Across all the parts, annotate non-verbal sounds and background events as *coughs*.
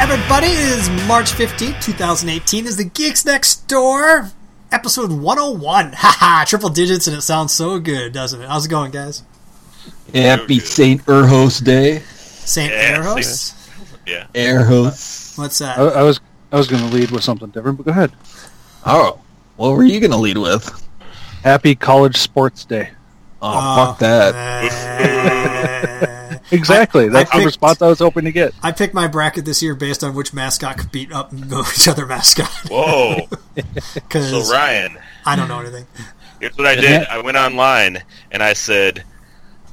everybody. It is March 15th, 2018. Is the Geeks Next Door episode 101. *laughs* Haha, triple digits and it sounds so good, doesn't it? How's it going, guys? Happy St. Erhos Day. St. Yeah, Eros? Yeah. Erhos. What's I, Uh, that? I was I was going to lead with something different, but go ahead. Oh, what were you going to lead with? Happy College Sports Day. Oh, Oh, fuck that. uh, Exactly. That's I the picked- response I was hoping to get. I picked my bracket this year based on which mascot could beat up *laughs* each other mascot. *laughs* Whoa. Because so Ryan, I don't know anything. here's what I did. I went online and I said,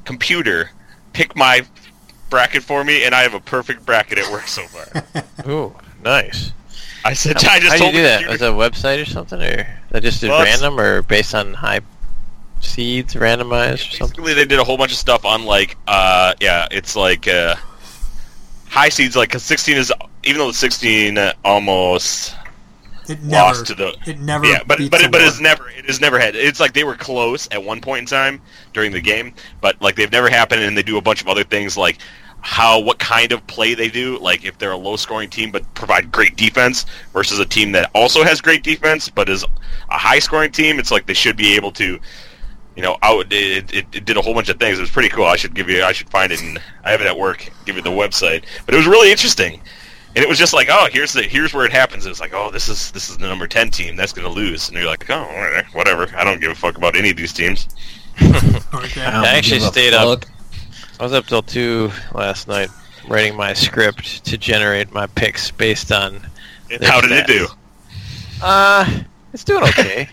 "Computer, pick my bracket for me," and I have a perfect bracket at work so *laughs* far. Ooh, nice. I said, How, "I just how do you told do the that? computer- Was it a website or something, or that just did Well, it's- random, or based on high seeds randomized or something? Basically, they did a whole bunch of stuff on like, uh, yeah, it's like uh, high seeds. Like, 'cause sixteen is even though the sixteen uh, almost It never. lost to the it never. yeah, but beats but the it, but it's one. never it has never had. It's like they were close at one point in time during the game, but like they've never happened, and they do a bunch of other things like how what kind of play they do, like if they're a low scoring team but provide great defense versus a team that also has great defense but is a high scoring team. It's like they should be able to. You know, out it, it, it did a whole bunch of things. It was pretty cool. I should give you. I should find it. And I have it at work. Give you the website. But it was really interesting and it was just like, oh, here's the here's where it happens. It was like, oh, this is this is the number ten team that's gonna lose, and you're like, oh, all right, whatever. I don't give a fuck about any of these teams. Okay. don't I actually give a stayed up. fuck. I was up till two last night writing my script to generate my picks based on. And *laughs* Their how did it stats. do? Uh, it's doing okay.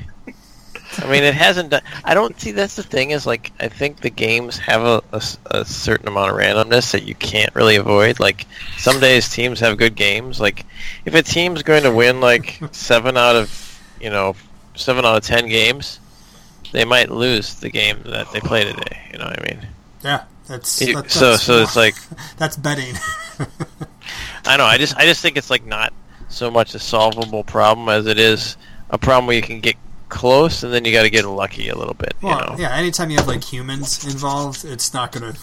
I mean, it hasn't done. I don't see that's the thing is like I think the games have a, a s- a certain amount of randomness that you can't really avoid. Like some days teams have good games. Like if a team's going to *laughs* win like seven out of you know seven out of ten games, they might lose the game that they play today. You know what I mean? Yeah. That's, You- that- so that's so it's like *laughs* that's betting. I know. I just I just think it's like not so much a solvable problem as it is a problem where you can get close and then you got to get lucky a little bit. You Well, know. yeah. Anytime you have like humans involved, it's not going to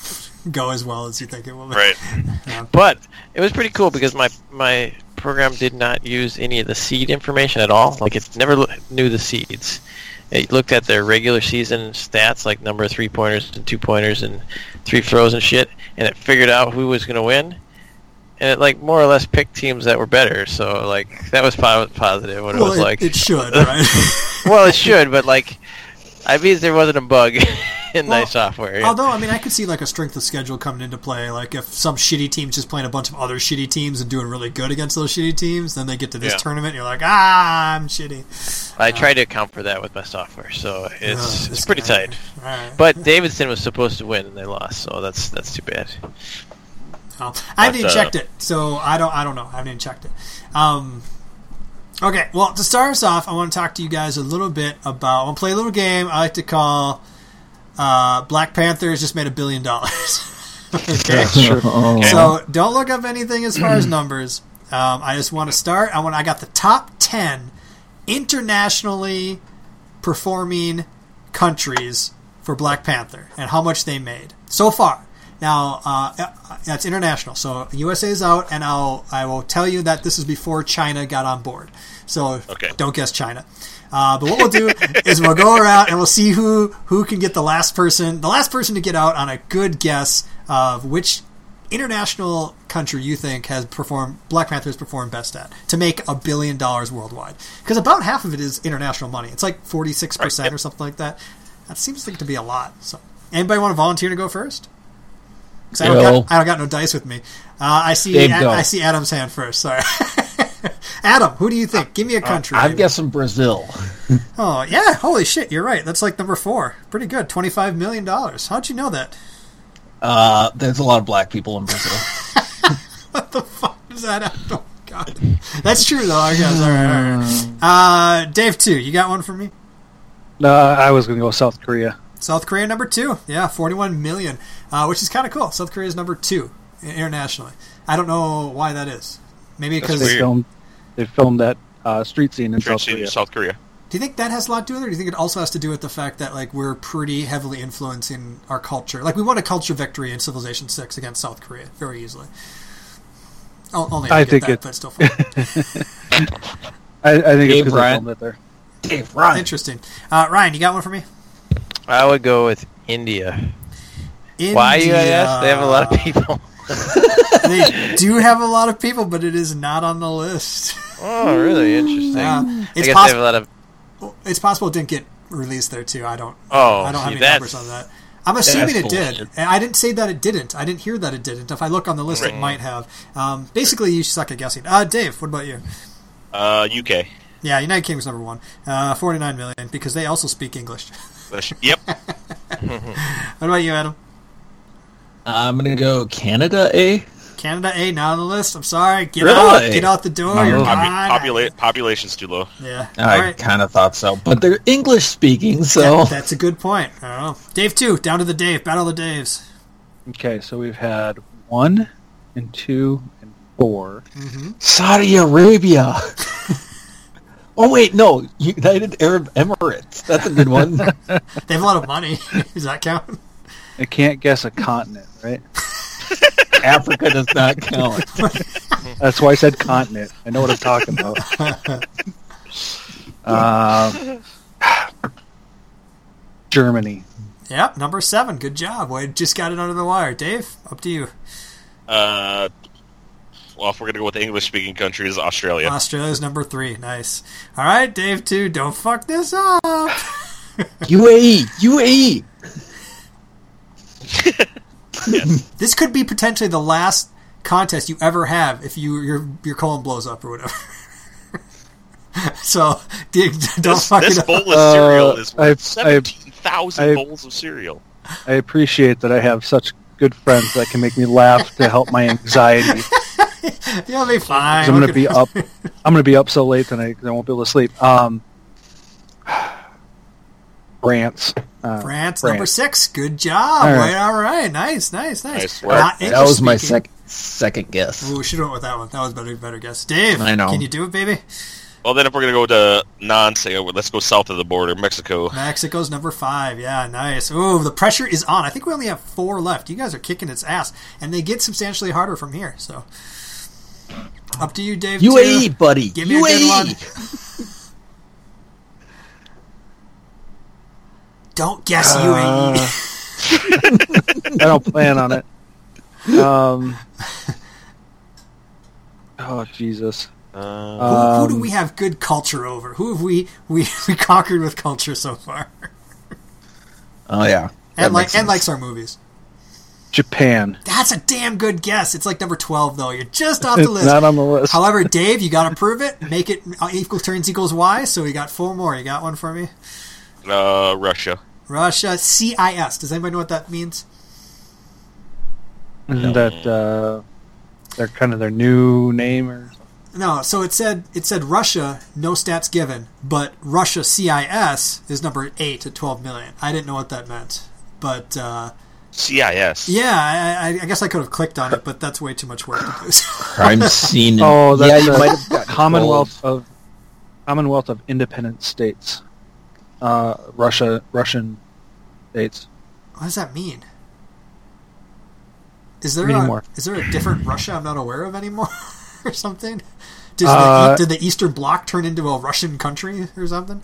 go as well as you think it will. Right. But it was pretty cool because my my program did not use any of the seed information at all. Like it never lo- knew the seeds. It looked at their regular season stats, like number of three pointers and two pointers and three throws and shit, and it figured out who was going to win. And it like more or less picked teams that were better. So like that was po- positive. What it Well, was it, like. it should, *laughs* right? well, it should, but like, I mean, there wasn't a bug *laughs* in Well, my software. yeah. Although, I mean, I could see like a strength of schedule coming into play. Like if some shitty team's just playing a bunch of other shitty teams and doing really good against those shitty teams, then they get to this Yeah. tournament, and you're like, ah, I'm shitty. I tried to account for that with my software, so Ugh, it's Oh, this it's pretty guy. tight. All right. But Davidson was supposed to win, and they lost, so that's that's too bad. Well, Um, I haven't even But, uh, checked it, so I don't. I don't know. I haven't even checked it. Um, okay, well, to start us off, I want to talk to you guys a little bit about. I want to play a little game I like to call uh, "Black Panther has just made a billion dollars." *laughs* okay, *laughs* Oh, so don't look up anything as far as numbers. Um, I just want to start. I want. I got the top ten internationally performing countries for Black Panther and how much they made so far. Now uh, that's international, so USA is out, and I'll I will tell you that this is before China got on board. So Okay. don't guess China. Uh, but what we'll do is we'll go around and we'll see who who can get the last person the last person to get out on a good guess of which international country you think has performed Black Panther has performed best at to make a billion dollars worldwide? Because about half of it is international money. It's like forty six percent or something like that. That seems like to be a lot. So, anybody want to volunteer to go first? 'Cause I, Yo. don't got, I don't got no dice with me. Uh, I see Dave, Ad- go. I see Adam's hand first. Sorry, *laughs* Adam. Who do you think? Give me a country. I'm guessing Brazil. Oh yeah! Holy shit! You're right. That's like number four. Pretty good. Twenty five million dollars. How'd you know that? *laughs* Uh, there's a lot of black people in Brazil. What the fuck is that? *laughs* Oh god, that's true though. I guess. All right, all right. Uh, Dave, two. You got one for me. No, I was going to go South Korea. South Korea number two. Yeah, forty-one million, uh, which is kind of cool. South Korea is number two i- internationally. I don't know why that is. Maybe because They weird. do filmed they filmed that uh, street scene in South Trench in Korea. South Korea. you think that has a lot to do with it? Or do you think it also has to do with the fact that like we're pretty heavily influencing our culture? Like we won a culture victory in Civilization Six against South Korea very easily. Oh, only I I, get think that, it- but still fun. *laughs* I, I think Hey, it's because I Brian. filmed it there. Dave, run. Interesting. Uh, Ryan, you got one for me? I would go with India. Why you ask? They have a lot of people. *laughs* they do have a lot of people, but it is not on the list. Oh, really interesting. Yeah. I It's, guess possi- they have a lot of. it's possible it didn't get released there too. I don't. Oh, I don't have see, any that's- numbers on that. I'm assuming it did. bullshit. And I didn't say that it didn't. I didn't hear that it didn't. If I look on the list, it might have. Um, basically, you suck at guessing. Uh, Dave, what about you? Uh, UK. Yeah, United Kingdom's number one, uh, 49 million, because they also speak English. *laughs* *laughs* Yep. what about you, Adam? Uh, I'm gonna go Canada. eh? A. Canada A not on the list. I'm sorry. Get out. Really? Get out the door. No. You're gone. Popu- Popula- population's too low. Yeah. I All right. kind of thought so, but they're English speaking, so That- that's a good point. I don't know. Dave two down to the Dave. Battle of the Daves. Okay, so we've had one and two and four. Mm-hmm. Saudi Arabia. *laughs* oh wait, no, United Arab Emirates. That's a good *laughs* one. They have a lot of money. *laughs* Does that count? I can't guess a continent, right? Africa does not count. That's why I said continent. I know what I'm talking about. Um, Germany. Yep. Number seven. Good job. Wade. just got it under the wire. Dave, up to you. Uh, well, if we're gonna go with English-speaking countries, Australia. Australia's number three. Nice. All right, Dave two. Don't fuck this up. UAE, UAE. This could be potentially the last contest you ever have if you your your colon blows up or whatever. *laughs* so dig, *laughs* don't this fuck this it up. bowl of Uh, cereal is I- I- worth seventeen I- thousand bowls of cereal. I appreciate that I have such good friends that can make me laugh to help my anxiety. 'Cause *laughs* You'll be fine. I'm Look gonna at- be up. *laughs* I'm gonna be up so late tonight 'cause I won't be able to sleep. Um, *sighs* France. Uh, France, France. number six. Good job. All All right, right. all right. Nice, nice, nice. Nice work. Not That was my English-speaking. second second guess. Ooh, should have went with that one. That was better, better guess. Dave, I know. Can you do it, baby? Well, then if we're gonna go to non-cereal, uh, let's go south of the border, Mexico. Mexico's number five. Yeah, nice. Ooh, the pressure is on. I think we only have four left. You guys are kicking its ass, and they get substantially harder from here. So, up to you, Dave. too. UAE, E, buddy. E. Give me a good UAE. one. Don't guess E. Uh, UAE. I don't plan on it. Um, oh Jesus! Uh, Who, who Um, do we have good culture over? Who have we we, we conquered with culture so far? Oh yeah. That And like makes and sense. likes our movies. Japan. That's a damn good guess. It's like number twelve though. You're just off *laughs* the It's list. not on the list. However, Dave, you got to prove it. Make it uh, equal turns equals y. So we got four more. You got one for me. uh, Russia. Russia CIS. Does anybody know what that means? Isn't that uh, they're kind of their new name or No. So it said it said Russia. No stats given. But Russia CIS is number eight at twelve million. I didn't know what that meant. But uh, CIS. yeah, I, I, I guess I could have clicked on it, but that's way too much work to do. *laughs* crime scene. Oh, yeah, that's you a might *laughs* have got Commonwealth of Commonwealth of Independent States, uh, Russia, Russian states. What does that mean? Is there Reading a, more. is there a different Russia I'm not aware of anymore, *laughs* or something? Does Uh, the, E, did the Eastern Bloc turn into a Russian country or something?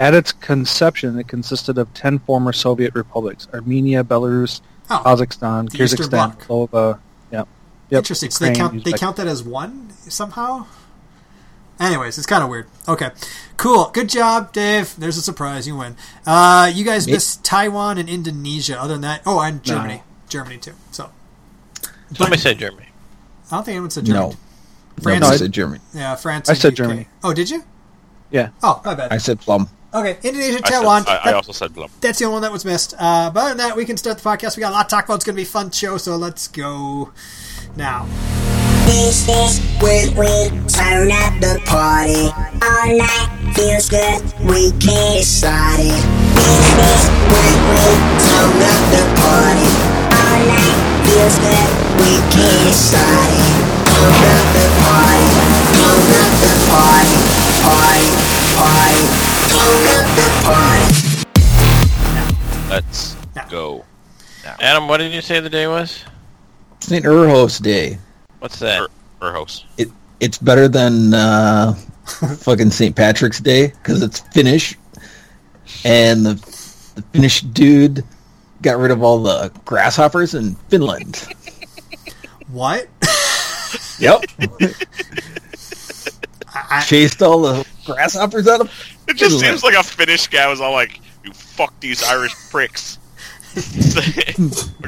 At its conception, it consisted of ten former Soviet republics: Armenia, Belarus, Oh, Kazakhstan, The Eastern Kyrgyzstan, Bloc. Moldova. Yeah, yep. interesting. So they Ukraine, count they Uzbek- count that as one somehow. Anyways, it's kind of weird. Okay, cool. Good job, Dave. There's a surprise. You win. Uh, you guys Me? missed Taiwan and Indonesia. Other than that, oh, and Germany, Germany too. So Somebody said Germany. I don't think anyone said Germany. No, France. no, I is- said Germany. yeah, France. I and said UK. Germany. Oh, did you? Yeah. Oh, my bad. I said plum. Okay, Indonesia, I, said, Taiwan. I, I That- also said Blum. that's the only one that was missed. Uh, but other than that, we can start the podcast. We got a lot to talk about. It's going to be a fun show, so let's go now. This is when we turn up the party. All night feels good, we can't decide it. This is when we turn up the party. All night feels good, we can't decide it. Turn up the party, turn up the party, party, party, turn up the party. Let's Yeah. go. Adam, what did you say the day was? St. Urhos Day. What's that? Ur- Her house. It it's better than uh, fucking St. Patrick's Day because it's Finnish, and the the Finnish dude got rid of all the grasshoppers in Finland. What? *laughs* Yep, I, I- *laughs* chased all the grasshoppers out of. It just Finland. seems like a Finnish guy was all like, "You fuck these Irish pricks." We're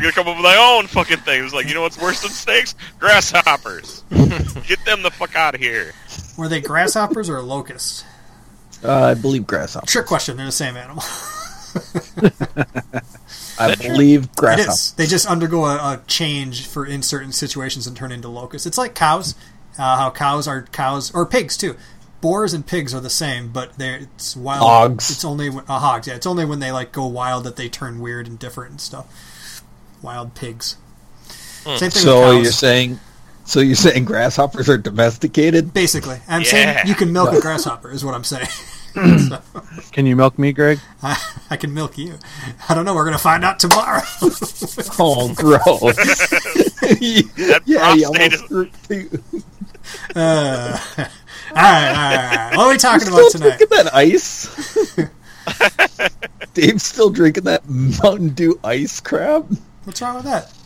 gonna come up with our own fucking things. Like, you know what's worse than snakes? Grasshoppers. Get them the fuck out of here. were they grasshoppers or locusts? Uh, I believe grasshoppers. Trick question. They're the same animal. I believe It grasshoppers. is. They just undergo a, a change for in certain situations and turn into locusts. It's like cows. Uh, how cows are cows or pigs too. Boars and pigs are the same, but they're it's wild. Hogs. It's only when, uh, hogs. Yeah, it's only when they like go wild that they turn weird and different and stuff. Wild pigs. Same thing So with you're cows. saying, so you're saying grasshoppers are domesticated? Basically, I'm Yeah. saying you can milk a grasshopper is what I'm saying. *laughs* So, Can you milk me, Greg? I, I can milk you. I don't know. We're gonna find out tomorrow. *laughs* Oh, gross. *laughs* yeah, prostate you almost is- threw- you- uh, all right, all right, all right. What are we talking Still about tonight? drinking that *laughs* ice? Dave's still drinking that Mountain Dew ice crab. What's wrong with that?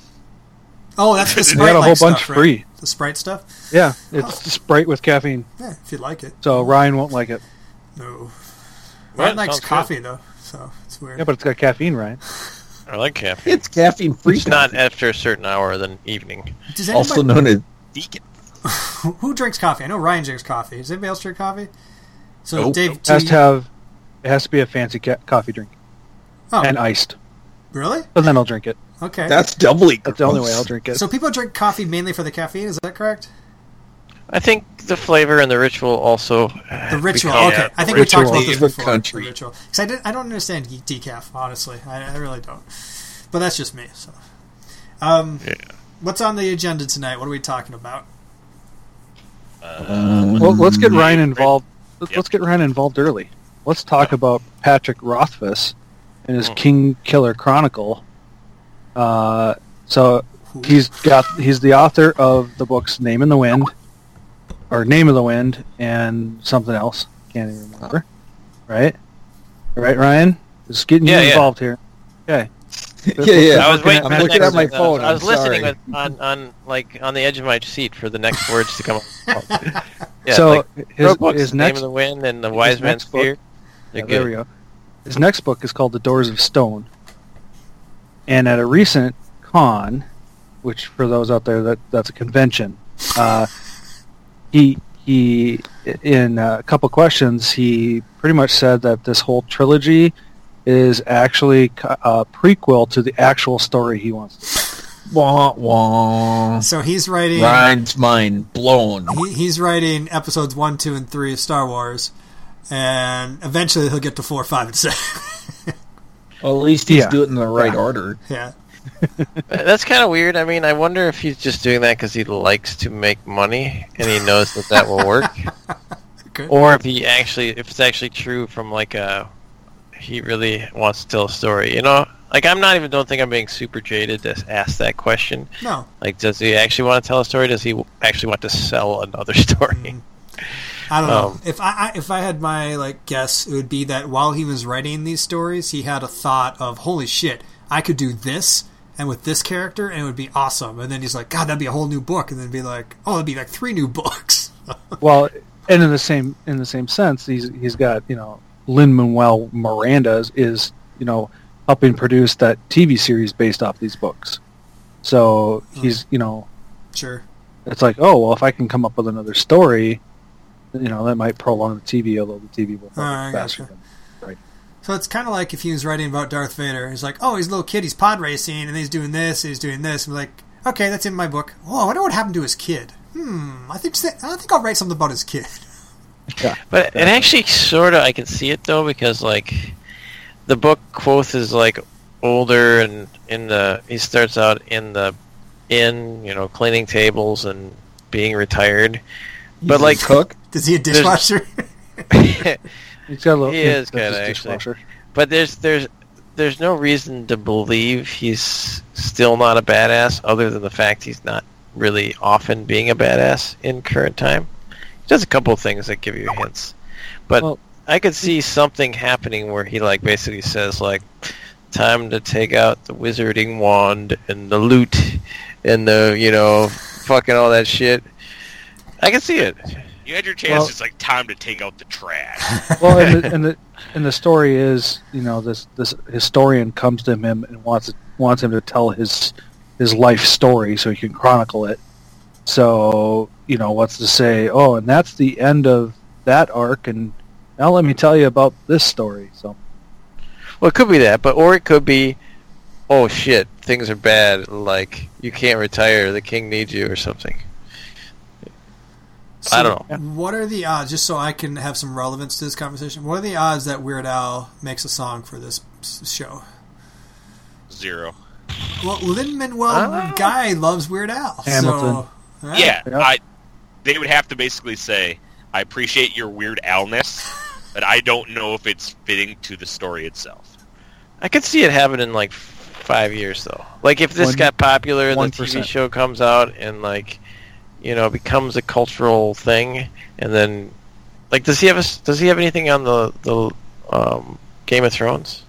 Oh, that's *laughs* the We Sprite. got a whole stuff, bunch right? free. The Sprite stuff. Yeah, it's Sprite with caffeine, Yeah, if you'd like it. so Ryan won't like it. No, Well, Ryan likes sounds good. coffee though, so it's weird. Yeah, but it's got caffeine, Ryan. I like caffeine. It's caffeine free. It's not after a certain hour of the evening. Does anybody, also known as Deacon. who, who drinks coffee? I know Ryan drinks coffee. Does anybody else drink coffee? So Nope. Dave, It has to do you- have, it has to be a fancy ca- coffee drink oh, and iced, really? but then I'll drink it. Okay. That's doubly. That's the only way gross. I'll drink it. so people drink coffee mainly for the caffeine. Is that correct? I think the flavor and the ritual also. uh, The ritual. Because- okay, Yeah, I think the we talked ritual. about this Leave the before. country. The ritual. Because I, didn't- I don't understand geek decaf, honestly. I, I really don't. But that's just me. So, um, Yeah. what's on the agenda tonight? What are we talking about? *laughs* Um, Well, let's Mm-hmm. get Ryan involved. Let's, Yep. let's get Ryan involved early. Let's talk about Patrick Rothfuss and Mm. his King Killer Chronicle. Uh, so Who- he's got he's the author of the books Name in the Wind, or Name of the Wind, and something else. Can't even remember. Right, right, Ryan. Just getting Yeah, you yeah. involved here. Okay. *laughs* Yeah, yeah. I was waiting. I'm for the looking at next- my phone, I was I'm listening sorry. with- on, on like on the edge of my seat for the next words to come. *laughs* up. yeah, so like, his, books, his the name next of the wind and the wise man's next book- fear. They're Yeah, there we good. go. His next book is called The Doors of Stone. And at a recent con, which for those out there that that's a convention, uh, he he in a couple questions he pretty much said that this whole trilogy is actually co- a prequel to the actual story he wants. to wah, wah. So he's writing. Ryan's mind blown. He, he's writing episodes one, two, and three of Star Wars, and eventually he'll get to four, five, and *laughs* six. Well, at least he's Yeah. doing it in the right order. yeah, Uh, That's kind of weird. I mean, I wonder if he's just doing that because he likes to make money and he knows that that will work, Good. or if he actually, if it's actually true from like a, he really wants to tell a story. You know, like I'm not even don't think I'm being super jaded to ask that question. no, Like, does he actually want to tell a story? Does he actually want to sell another *laughs* story? I don't Um, know. If I, I if I had my like guess, it would be that while he was writing these stories, he had a thought of, "Holy shit, I could do this." And with this character, and it would be awesome. And then he's like, "God, that'd be a whole new book." And then be like, "Oh, it'd be like three new *laughs* books." do. Well, and in the same in the same sense, he's he's got you know Lin Manuel Miranda is, is you know helping produce that TV series based off these books. So he's you know sure. it's like oh well if I can come up with another story, you know that might prolong the TV although the TV will Ah, I probably faster. gotcha. Than, So it's kind of like if he was writing about Darth Vader. He's like, oh, he's a little kid. He's pod racing, and he's doing this, and he's doing this. I'm like, okay, that's in my book. Oh, I wonder what happened to his kid. Hmm, I think I think I'll write something about his kid. *laughs* But it actually sort of I can see it though because like the book Quoth is like older and in the he starts out in the in you know cleaning tables and being retired. He's But, a like- cook. Is he a dishwasher? *laughs* he's got a little He yeah, that's his is kinda, actually. dishwasher. but there's there's there's no reason to believe he's still not a badass other than the fact he's not really often being a badass in current time. He does a couple of things that give you hints, but Well- I could see something happening where he like basically says like, "Time to take out the wizarding wand and the loot and the you know fucking all that shit." I can see it. You had your chance. it's like time to take out the trash. well, and the, and the and the story is, you know, this this historian comes to him and wants wants him to tell his his life story so he can chronicle it. So you know, what's to say? Oh, and that's the end of that arc, and now let me tell you about this story. So Well, it could be that, but or it could be, oh shit, things are bad. Like you can't retire. The king needs you or something. I don't know. What are the odds? Just so I can have some relevance to this conversation. What are the odds that Weird Al makes a song for this s- show? *laughs* Zero. Well, Lin Manuel Ah. Guy loves Weird Al. Hamilton. So, all right. Yeah, Yeah. I. They would have to basically say, "I appreciate your weird alness, but I don't know if it's fitting to the story itself." I could see it happen in like five years though. Like if this One- got popular and the TV 1%. show comes out and like, you know, becomes a cultural thing, and then, like, does he have a, s- does he have anything on the the um, Game of Thrones?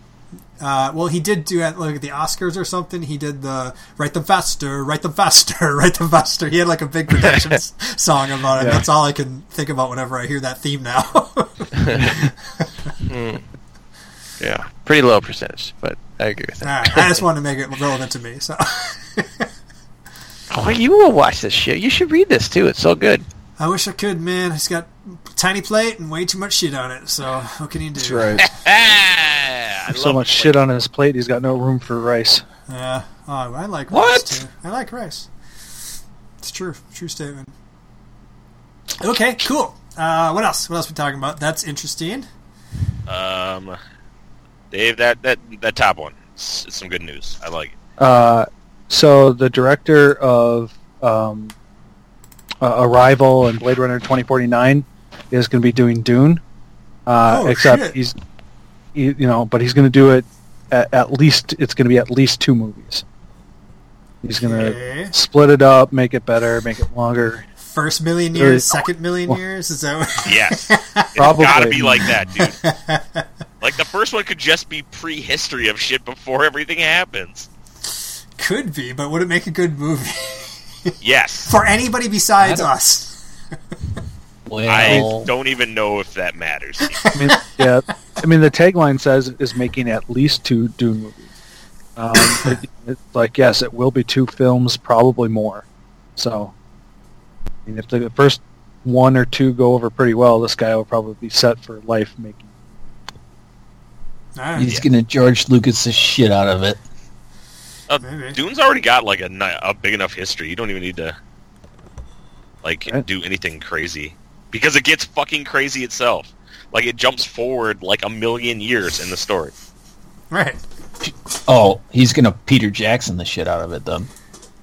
Uh, well, he did do at like the Oscars or something. He did the "Write Them Faster, Write Them Faster, *laughs* Write Them Faster." He had like a big production s- song about it. Yeah. That's all I can think about whenever I hear that theme now. *laughs* all Yeah, pretty low percentage, but I agree with that. right, I *laughs* just wanted to make it relevant to me. So, *laughs* Oh, you will watch this shit. You should read this too. It's so good. I wish I could, man. It's got tiny plate and way too much shit on it. So, what can you do? That's right. Ah, *laughs* I there's so love much it. shit on his plate, he's got no room for rice. Yeah. Oh, I like What? rice too. I like rice. It's true. True statement. Okay. Cool. Uh, what else? What else we talking about? That's interesting. Um, Dave, that that that top one, it's, it's some good news. I like it. Uh, so the director of um, uh, Arrival and Blade Runner 2049 is going to be doing Dune. Uh, Oh, except shit. he's, he, you know, but he's going to do it at, at least. It's going to be at least two movies. He's going to Okay. split it up, make it better, make it longer. First million years, Very- second million years. Is that? *laughs* What? *laughs* Yes, it's Probably. gotta be like that, dude. *laughs* like the first one could just be prehistory of shit before everything happens. *laughs* Could be, but would it make a good movie *laughs* Yes, for anybody besides us? *laughs* I Well, don't even know if that *laughs* matters. I mean, yeah, I mean the tagline says is making at least two Dune movies. Um, it- it's like yes, it will be two films, probably more. So, I mean, if the first one or two go over pretty well, this guy will probably be set for life making. All right, he's gonna George Lucas the shit out of it. Uh, Maybe. Dune's already got like a, ni- a big enough history. You don't even need to like Right. do anything crazy because it gets fucking crazy itself. Like it jumps forward like a million years in the story. right. Oh, he's gonna Peter Jackson the shit out of it then.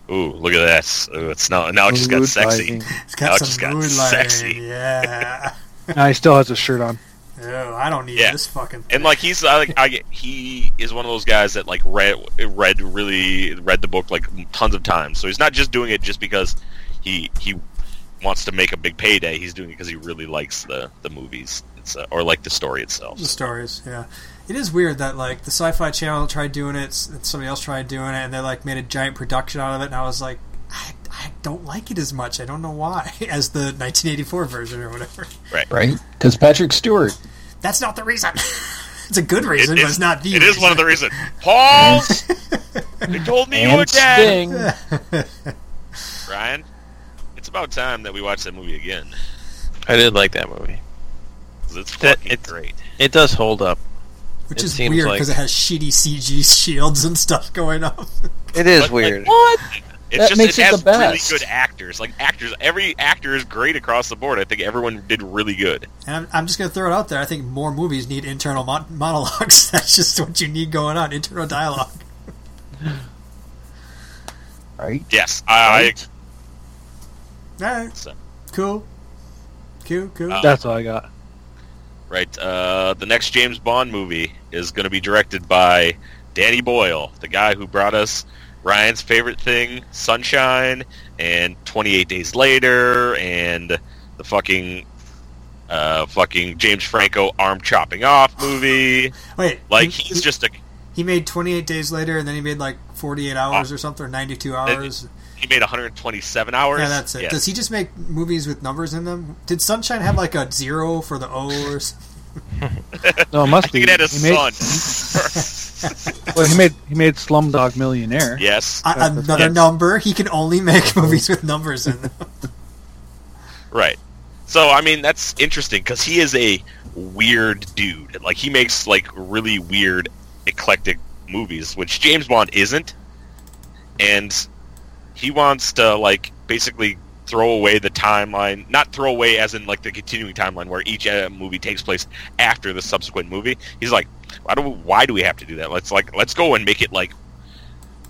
Ooh, look at this! Ooh, it's now now it just Oh, got Mood sexy. lighting. It's got Oh, just some got mood sexy. lighting. *laughs* Yeah. Nah, he still has his shirt on. Ew, I don't need Yeah. this fucking. Thing. And like he's I, like I get- he is one of those guys that like read read really read the book like tons of times. So he's not just doing it just because he he wants to make a big payday. He's doing it because he really likes the the movies it's, uh, or like the story itself. the stories. Yeah, it is weird that like the Sci-Fi Channel tried doing it, s- and somebody else tried doing it, and they like made a giant production out of it. And I was like, I, I don't like it as much. I don't know why, *laughs* as the 1984 version or whatever. *laughs* Right? Because Patrick Stewart. That's not the reason. *laughs* it's a good It reason, but it's is- not the. It is one of the reasons. *laughs* Paul, *laughs* you told me you were and dead. Sting. Ryan, it's about time that we watch that movie again. I did like that movie. 'cause It's That- fucking it's- great. It does hold up. which it is seems weird like- because it has shitty CG shields and stuff going up. *laughs* It But, is like, weird. What? It's That just makes it, it has the really best. good actors. Like actors, every actor is great across the board. I think everyone did really good. And I'm, I'm just going to throw it out there. I think more movies need internal mon- monologues. *laughs* That's just what you need going on. Internal dialogue. Right? Yes, I, Right. All right, So, cool, cool, cool. Uh, That's all I got. right. Uh, the next James Bond movie is going to be directed by Danny Boyle, the guy who brought us Ryan's favorite thing, Sunshine, and 28 Days Later, and the fucking, uh, fucking James Franco arm chopping off movie. Wait, Like he- he's just a he made 28 days later, and then he made like 48 Uh, hours or something, or 92 hours. he made 127 hours. Yeah, that's it. Yes. Does he just make movies with numbers in them? Did Sunshine have like a zero for the O or something? No, it must I think be. it had a he *laughs* made, son. *laughs* Well, he made he made Slumdog Millionaire. yes, A- another Yes. number? He can only make movies with numbers in them. right. So I mean that's interesting because he is a weird dude. Like he makes like really weird, eclectic movies, which James Bond isn't. And he wants to like basically throw away the timeline, not throw away as in like the continuing timeline where each uh, movie takes place after the subsequent movie. He's like, why do we, why do we have to do that? Let's like let's go and make it like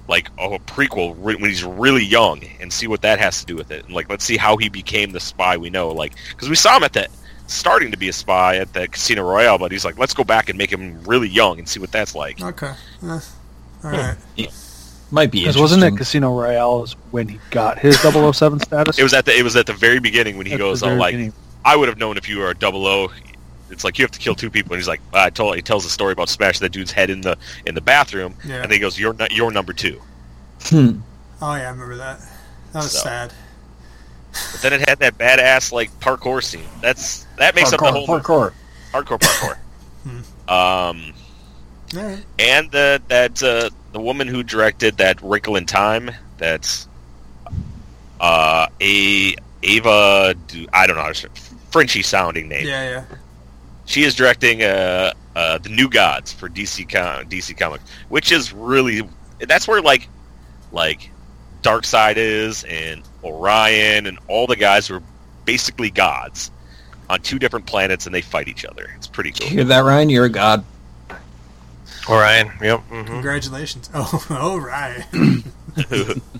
like oh, a prequel re- when he's really young and see what that has to do with it. And like let's see how he became the spy we know. Like because we saw him at that starting to be a spy at the Casino Royale, but he's like let's go back and make him really young and see what that's like. Okay. Eh. all right. Might be Because wasn't it interesting. Casino Royale is when he *laughs* got his 007 status? It was at the it was at the very beginning when he At the goes oh, very like beginning. I would have known if you were a double O. It's like you have to kill two people, and he's like, I told. He tells a story about smash that dude's head in the in the bathroom, Yeah. and then he goes, "You're not, you're number two. Hmm. Oh yeah, I remember that. That was So. sad. But then it had that badass like parkour scene. That's that makes up the whole movie. parkour. *coughs* hardcore Hmm. parkour. um, All right. and the that uh, the woman who directed that Wrinkle in Time. That's uh, a Ava. Du- I don't know. how to Frenchy sounding name. Yeah, yeah. She is directing uh, uh, the New Gods for DC Com- DC Comics, which is really that's where like like Darkseid is and Orion and all the guys who are basically gods on two different planets and they fight each other. It's pretty Did cool. you hear that, Ryan? You're a god. Orion. Yep. hmm Congratulations. *laughs* Oh, all right.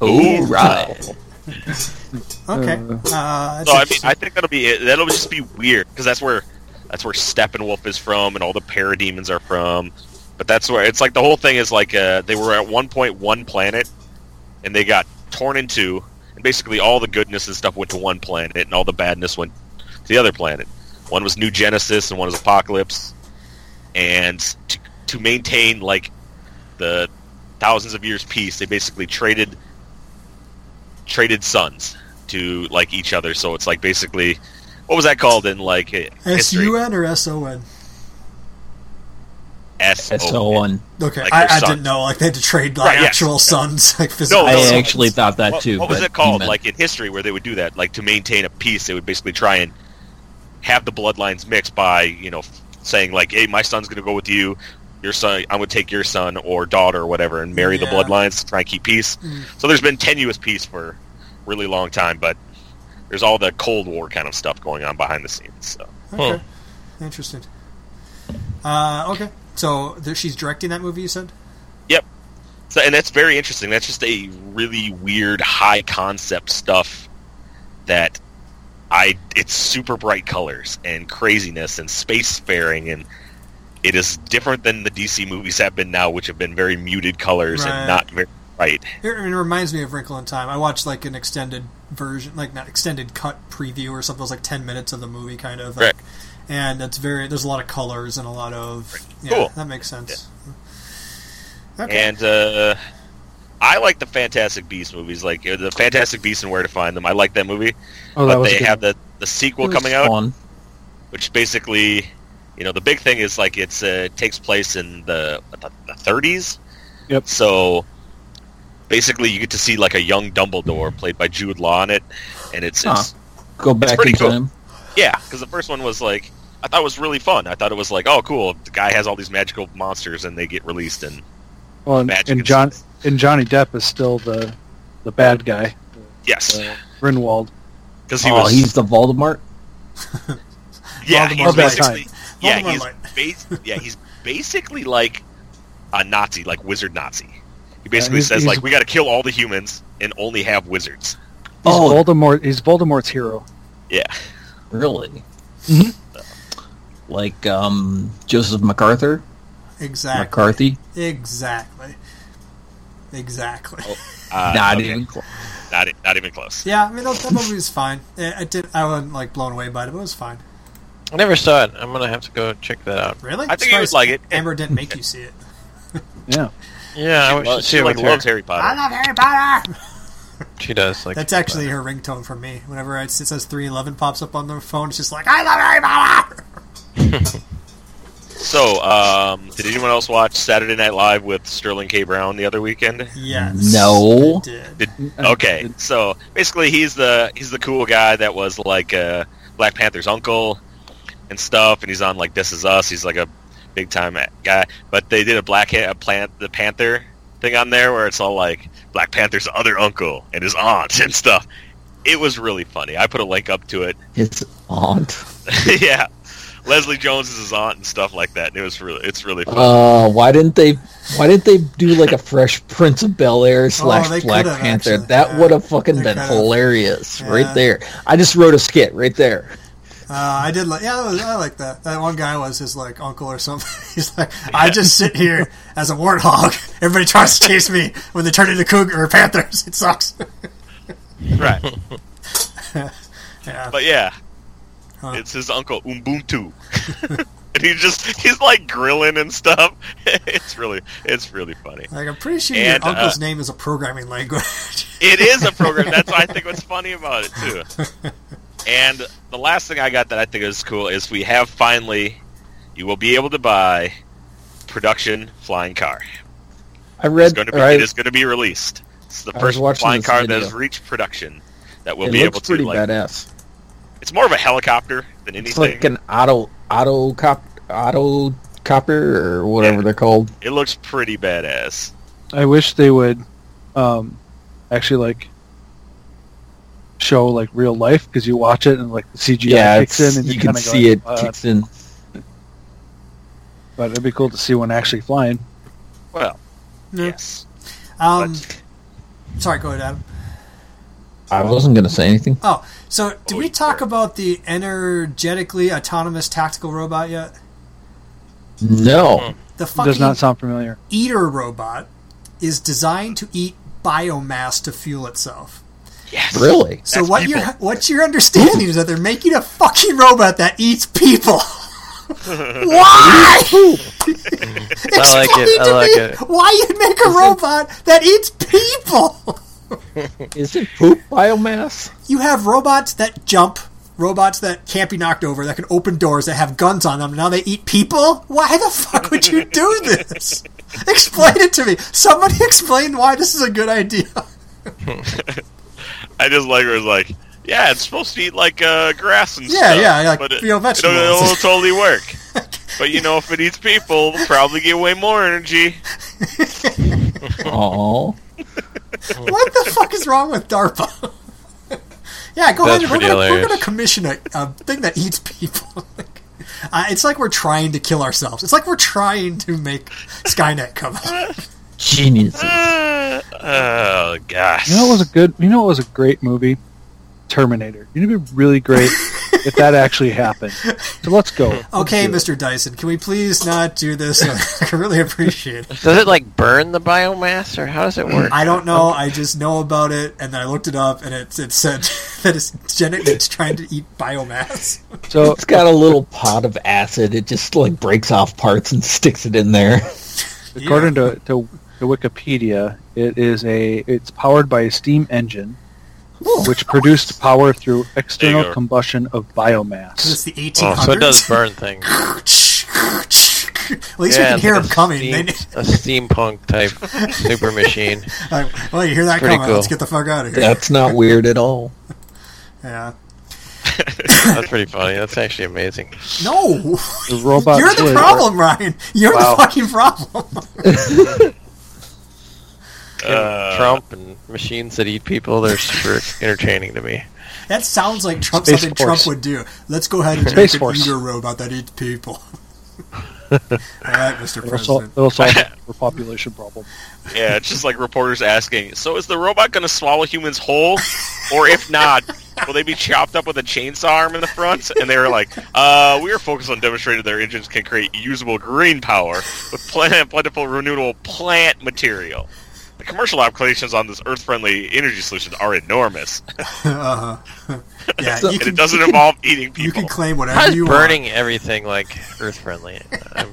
Oh, right. Okay. Uh, Uh, that's So I mean, interesting. I think that'll be it. that'll just be weird because that's where that's where Steppenwolf is from and all the parademons are from. But that's where it's like the whole thing is like uh, they were at one point one planet and they got torn in two, and basically all the goodness and stuff went to one planet and all the badness went to the other planet. One was New Genesis and one was Apocalypse, and to, to maintain like the thousands of years peace, they basically traded traded sons to like each other. So it's like basically what was that called in like hi- S history? U N or S O N? S So one. Okay, Like your I, I son. didn't know. Like they had to trade like Right, yes. actual Yeah. sons, *laughs* like physical. No, I no, actually thought that What, too. what was but it called? he meant- Like in history, where they would do that, like to maintain a peace, they would basically try and have the bloodlines mixed by you know f- saying like, "Hey, my son's going to go with you." Your son, I'm going to take your son or daughter or whatever, and marry Yeah. the bloodlines to try and keep peace. Mm. So there's been tenuous peace for a really long time, but there's all the Cold War kind of stuff going on behind the scenes. So Okay. Interesting. Uh, okay, so there, she's directing that movie. You said. So, and that's very interesting. That's just a really weird, high concept stuff that I. It's super bright colors and craziness and spacefaring, and it is different than the DC movies have been now, which have been very muted colors Right. and not very bright. It, it reminds me of Wrinkle in Time. I watched like an extended version, like not extended cut preview or something. It was like ten minutes of the movie, kind of. Like, Right. And it's very. There's a lot of colors and a lot of. Yeah, Cool. That makes sense. Okay. And uh, I like the Fantastic Beast movies, like uh, the Fantastic Beasts and Where to Find Them. I like that movie, oh, that but was they good. have the the sequel It was coming out. fun. which basically, you know, the big thing is like it's uh, takes place in the the, the 30s. Yep. So basically, you get to see like a young Dumbledore played by Jude Law in it, and it's, it's Go back pretty in cool. time. yeah, because the first one was like I thought it was really fun. I thought it was like oh cool, the guy has all these magical monsters and they get released and well, and, magic and and John and Johnny Depp is still the the bad guy, yes, Grinwald. because he Oh, was he's the Voldemort. yeah Voldemort he's Light. basically yeah Voldemort he's bas- yeah he's basically like a Nazi like wizard Nazi. He basically he's- says he's- like we got to kill all the humans and only have wizards. He's Oh. Voldemort. He's Voldemort's hero. Yeah. Really? Mm-hmm. Like um, Joseph MacArthur, Exactly. McCarthy. Exactly. Exactly. Uh, Not okay. even close. Not, e- not even close. Yeah, I mean that, that movie was fine. Yeah, I did. I wasn't like blown away by it, but it was fine. I never saw it. I'm gonna have to go check that out. Really? I think you would Surprised like it. Amber didn't make you see it. Yeah. Yeah, I Well, should see she it like with loves her. Harry Potter. love Harry Potter. She does. Like That's actually her ringtone for me. Whenever I- it says three eleven pops up on the phone, it's just like I love Harry Potter. So, um, did anyone else watch Saturday Night Live with Sterling K. Brown the other weekend? Yes. No. I did. Did, *laughs* okay, so basically he's the he's the cool guy that was like uh, Black Panther's uncle and stuff, and he's on like This Is Us. He's like a big time guy, but they did a Black a plant the Panther thing on there where it's all like Black Panther's other uncle and his aunt and stuff. It was really funny. I put a link up to it. *laughs* His aunt. yeah, Leslie Jones is his aunt and stuff like that. It was really it's really funny. Uh, why didn't they? Why didn't they do like a fresh Prince of Bel Oh, Air slash they Black could've, Panther? actually. That Yeah. would have fucking They been could've. hilarious, Yeah. right there. I just wrote a skit right there. Uh, I did like. Yeah, that was, I like that. That one guy was his like uncle or something. *laughs* He's like, I just sit here as a warthog. *laughs* Everybody tries to chase me when they turn into cougar or panthers. *laughs* It sucks. right. Yeah. But yeah, Huh. it's his uncle Ubuntu, *laughs* and he just he's like grilling and stuff. *laughs* it's really it's really funny. Like I'm pretty sure And, your uncle's uh, name is a programming language. *laughs* It is a program. That's why I think what's funny about it too. And the last thing I got that I think is cool is we have finally you will be able to buy production flying car. I It's read. going to or be I- it is going to be released. It's the I was first watching flying this car video. that has reached production that will it be looks able to pretty like badass. it's more of a helicopter than anything. It's like an auto auto cop auto copper or whatever Yeah. they're called. it looks pretty badass. I wish they would um, actually like show like real life because you watch it and like the CGI Yeah, kicks in it's- and you kinda can go, see it "What?" kicks in. But it'd be cool to see one actually flying. Well, Yeah. yes. Um, sorry, go ahead, Adam. I wasn't going to say anything. Oh, so did Oh, we you talk were. about the energetically autonomous tactical robot yet? No, Hmm. The It does fucking not sound familiar. eater robot is designed to eat biomass to fuel itself. Yes. really. So That's what people. you're *laughs* what you're understanding is that they're making a fucking robot that eats *laughs* people. Why? I like it. I like it. Why you'd make a robot that eats people? Is it poop *laughs* biomass? you have robots that jump, robots that can't be knocked over, that can open doors, that have guns on them. Now they eat people. Why the fuck would you do *laughs* this? explain it to me. Somebody *laughs* explain why this is a good idea. I just like where it's like, yeah, it's supposed to eat like uh, grass and Yeah, stuff. yeah, like, but it, you know, it'll, vegetables. it'll totally work. *laughs* but you know, if it eats people, it'll probably get way more energy. Oh, what the fuck is wrong with DARPA? *laughs* yeah, go ahead. That's We're pretty gonna, we're hilarious. gonna commission a, a thing that eats people. *laughs* Like, uh, it's like we're trying to kill ourselves. It's like we're trying to make Skynet come out. genius! Uh, oh gosh. You know, it was a good. You know, it was a great movie. Terminator. You'd be *laughs* really great if that actually happened. So let's go. Let's Okay, do it. Mr. Dyson, can we please not do this? *laughs* I really appreciate it. Does it like burn the biomass, or how does *laughs* it work? I don't know. I just know about it, and then I looked it up, and it, it said *laughs* that it's, gen- it's trying to eat biomass. So It's got a little pot of acid. It just like breaks off parts and *laughs* sticks it in there. According to, to, to Wikipedia, it is a it's powered by a steam engine, which produced power through go. external combustion of biomass. It's the 1800s. Oh, so it does burn things. *laughs* At least we can it's hear like them a coming. steam- They- a steampunk type super machine. like, well, you hear that pretty coming. Let's cool. get the fuck out of here. That's not weird at all. Yeah. That's pretty funny. That's actually amazing. No. The robot You're the would- problem, Ryan. You're Wow. the fucking problem. *laughs* Uh, Trump and machines that eat people—they're super entertaining to me. That sounds like Trump, Space something Force. Trump would do. Let's go ahead and Space make an Force. eater robot that eats people. *laughs* All right, Mr. It'll sol- President. it'll solve the population problem. Yeah, it's just like reporters asking. So is the robot going to swallow humans whole, or if not, will they be chopped up with a chainsaw arm in the front? And they were like, "Uh, we are focused on demonstrating their engines can create usable green power with plant plentiful renewable plant material." The commercial applications on this Earth-friendly energy solution are enormous, Yeah, So- you and can, it doesn't involve eating people. you can claim I whatever was you burning everything like earth friendly. I'm,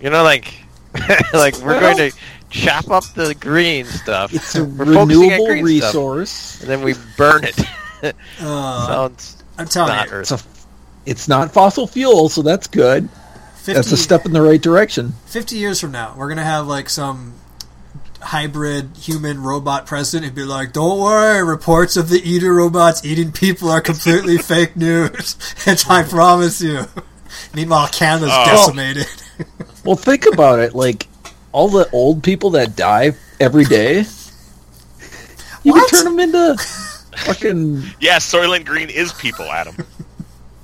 you know, like *laughs* like we're Well- going to chop up the green stuff. It's a We're focusing on renewable green stuff. resource. and then we burn it. *laughs* want. Uh, Sounds I'm telling not you, earth. It's a, it's not fossil fuel, so that's good. 50, That's a step in the right direction. 50 years from now, we're going to have like some hybrid human robot president and be like, don't worry, reports of the eater robots eating people are *laughs* completely fake news. It's, I promise you. Meanwhile, Canada's Oh. decimated. Well, think about it. Like all the old people that die every day, you What? can turn them into fucking. yeah, Soylent Green is people, Adam.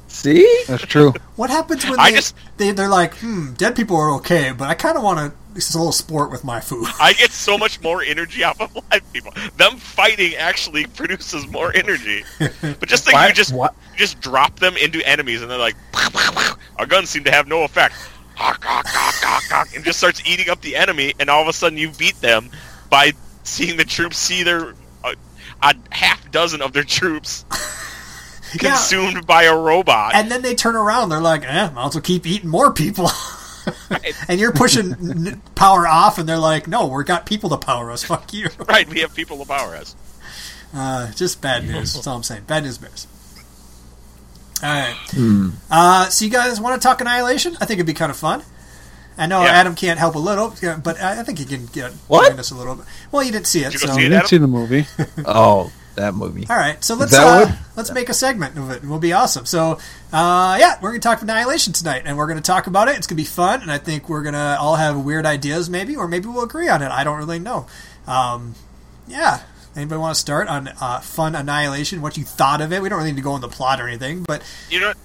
See, That's true. What happens when I they, just- they, they're like, hmm, dead people are okay, but I kind of want to, this is a little sport with my food. I get so much more energy off of live people. Them fighting actually produces *laughs* more energy. But just think, Why- you just why- you just drop them into enemies, and they're like, *laughs* "Pow, pow, pow." our guns seem to have no effect. Hawk, hawk, hawk, hawk, hawk, and just starts eating up the enemy, and all of a sudden you beat them by seeing the troops see their uh, a half dozen of their troops *laughs* Yeah. consumed by a robot. And then they turn around. They're like, eh, might as well keep eating more people. *laughs* and you're pushing n- power off, and they're like, no, we've got people to power us. Fuck you. right, we have people to power us. Uh, just bad news. That's all I'm saying. Bad news bears. All right. Uh, so you guys want to talk annihilation? I think it'd be kind of fun. I know Yeah. Adam can't help a little, yeah, but I I think he can get What? join us a little bit. Well, you didn't see it, Did you so go I see it? didn't see the movie. oh, that movie. All right, so let's that uh, what- let's make a segment of it, and we'll be awesome. So, uh, yeah, we're gonna talk annihilation tonight, and we're gonna talk about it. It's gonna be fun, and I think we're gonna all have weird ideas, maybe, or maybe we'll agree on it. I don't really know. Um, yeah, anybody want to start on uh, fun annihilation? What you thought of it? We don't really need to go on the plot or anything, but *laughs* You know, what?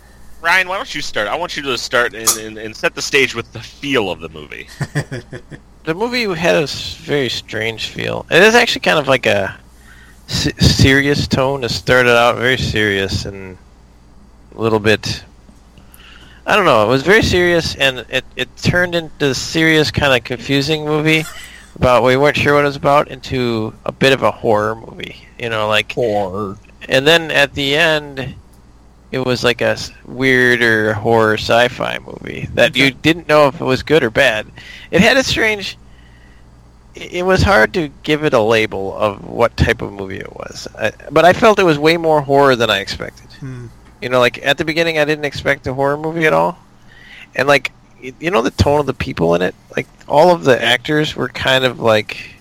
Ryan, why don't you start? I want you to start and, and, and set the stage with the feel of the movie. The movie had a s- very strange feel. It is actually kind of like a se- serious tone. It started out very serious and a little bit. I don't know. It was very serious, and it, it turned into a serious, kind of confusing movie about we weren't sure what it was about into a bit of a horror movie. You know, like Or and then at the end, it was like a s- weirder horror sci-fi movie that you didn't know if it was good or bad. It had a strange. It it was hard to give it a label of what type of movie it was, I, but I felt it was way more horror than I expected. hmm, You know, like at the beginning, I didn't expect a horror movie at all, and like y- you know the tone of the people in it, like all of the actors were kind of like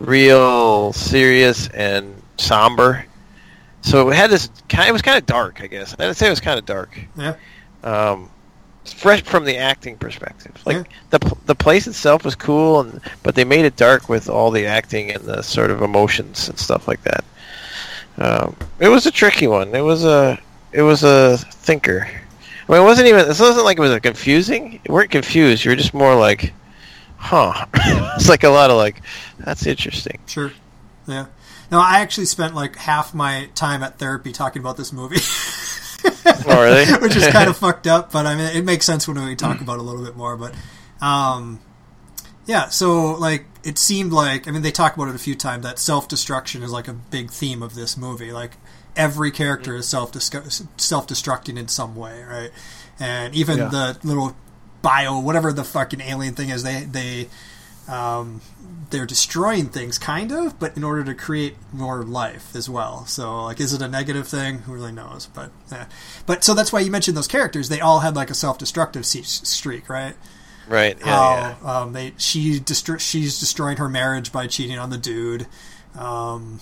real serious and somber. So it had this kind. It was kind of dark, I guess. I'd say it was kind of dark. yeah, Um, fresh from the acting perspective, like Yeah. the pl- the place itself was cool, and but they made it dark with all the acting and the sort of emotions and stuff like that. Um, it was a tricky one. It was a it was a thinker. I mean, it wasn't even. It wasn't like it was a confusing. You weren't confused. You were just more like, huh. *laughs* it's like a lot of like, that's interesting. sure, yeah. No, I actually spent like half my time at therapy talking about this movie. Oh, *laughs* really? Hmm. which is *laughs* kind of fucked up. But I mean, it makes sense when we talk about it a little bit more. But um, yeah, so like it seemed like I mean they talk about it a few times that self destruction is like a big theme of this movie. Like every character is self self destructing in some way, right? And even Yeah. the little bio, whatever the fucking alien thing is, they they um, they're destroying things, kind of, but in order to create more life as well. So, like, is it a negative thing? Who really knows? But, yeah. but so that's why you mentioned those characters. They all had like a self-destructive se- streak, right? Right. Yeah. yeah. How um, they she destro- she's destroying her marriage by cheating on the dude. Um,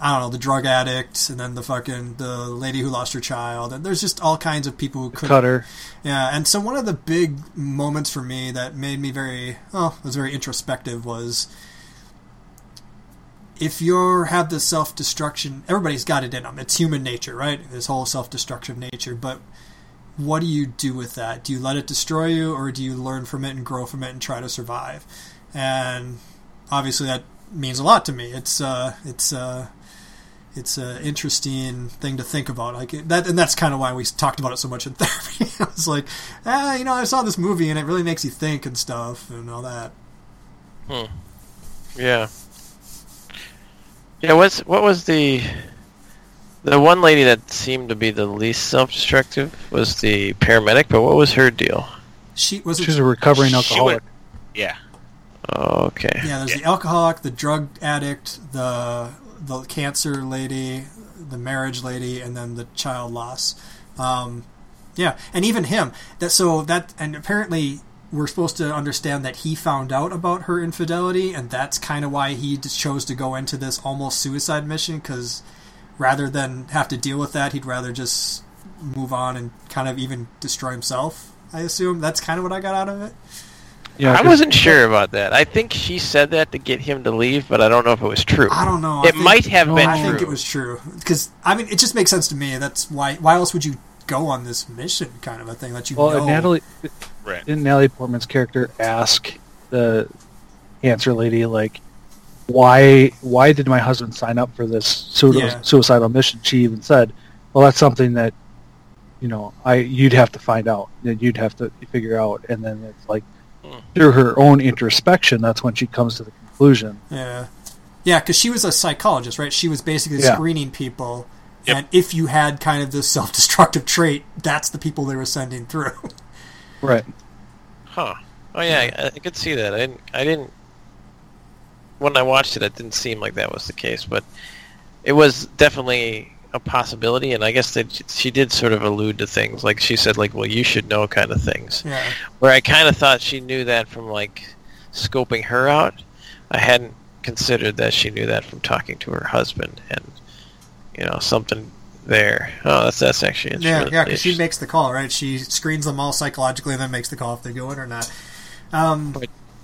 I don't know the drug addict, and then the fucking the lady who lost her child, and there's just all kinds of people who couldn't *laughs* Cutter. yeah, and so one of the big moments for me that made me very, oh, was very introspective was if you have this self destruction, everybody's got it in them. It's human nature, right? This whole self destructive nature. But what do you do with that? Do you let it destroy you, or do you learn from it and grow from it and try to survive? And obviously, that means a lot to me. It's uh, it's uh, it's an interesting thing to think about. Like it- that, and that's kind of why we talked about it so much in *laughs* therapy. I was like, ah, you know, I saw this movie and it really makes you think and stuff and all that. Yeah. Yeah, what's what was the the one lady that seemed to be the least self-destructive was the paramedic, but what was her deal? She was it, She's a recovering She alcoholic. would- yeah. Oh, okay. yeah. There's the alcoholic, the drug addict, the the cancer lady, the marriage lady, and then the child loss. Um, yeah, and even him. That so that and apparently we're supposed to understand that he found out about her infidelity, and that's kind of why he just chose to go into this almost suicide mission because rather than have to deal with that, he'd rather just move on and kind of even destroy himself. I assume that's kind of what I got out of it. Yeah, I 'cause- wasn't sure about that. I think she said that to get him to leave, but I don't know if it was true. I don't know. I It think- might have No, been I true. think it was true because I mean it just makes sense to me. That's why. Why else would you go on this mission? Kind of a thing that you Well, know. and Natalie Right. didn't Natalie Portman's character ask the cancer lady like, why why did my husband sign up for this pseudo- Yeah. suicidal mission? She even said, well, that's something that you know I you'd have to find out that you'd have to figure out, and then it's like through her own introspection, that's when she comes to the conclusion. yeah, yeah, because she was a psychologist, right? She was basically Yeah. screening people, Yep. and if you had kind of this self-destructive trait, that's the people they were sending through. *laughs* Right. Huh. Oh yeah, I, I could see that. I didn't. I didn't. When I watched it, it didn't seem like that was the case, but it was definitely a possibility. And I guess that she- she did sort of allude to things, like she said, like, "Well, you should know," kind of things. yeah, Where I kind of thought she knew that from like scoping her out. I hadn't considered that she knew that from talking to her husband, and you know something there. Oh, that's that's actually yeah, interesting. yeah, because she makes the call, right? She screens them all psychologically, and then makes the call if they go in or not. Um,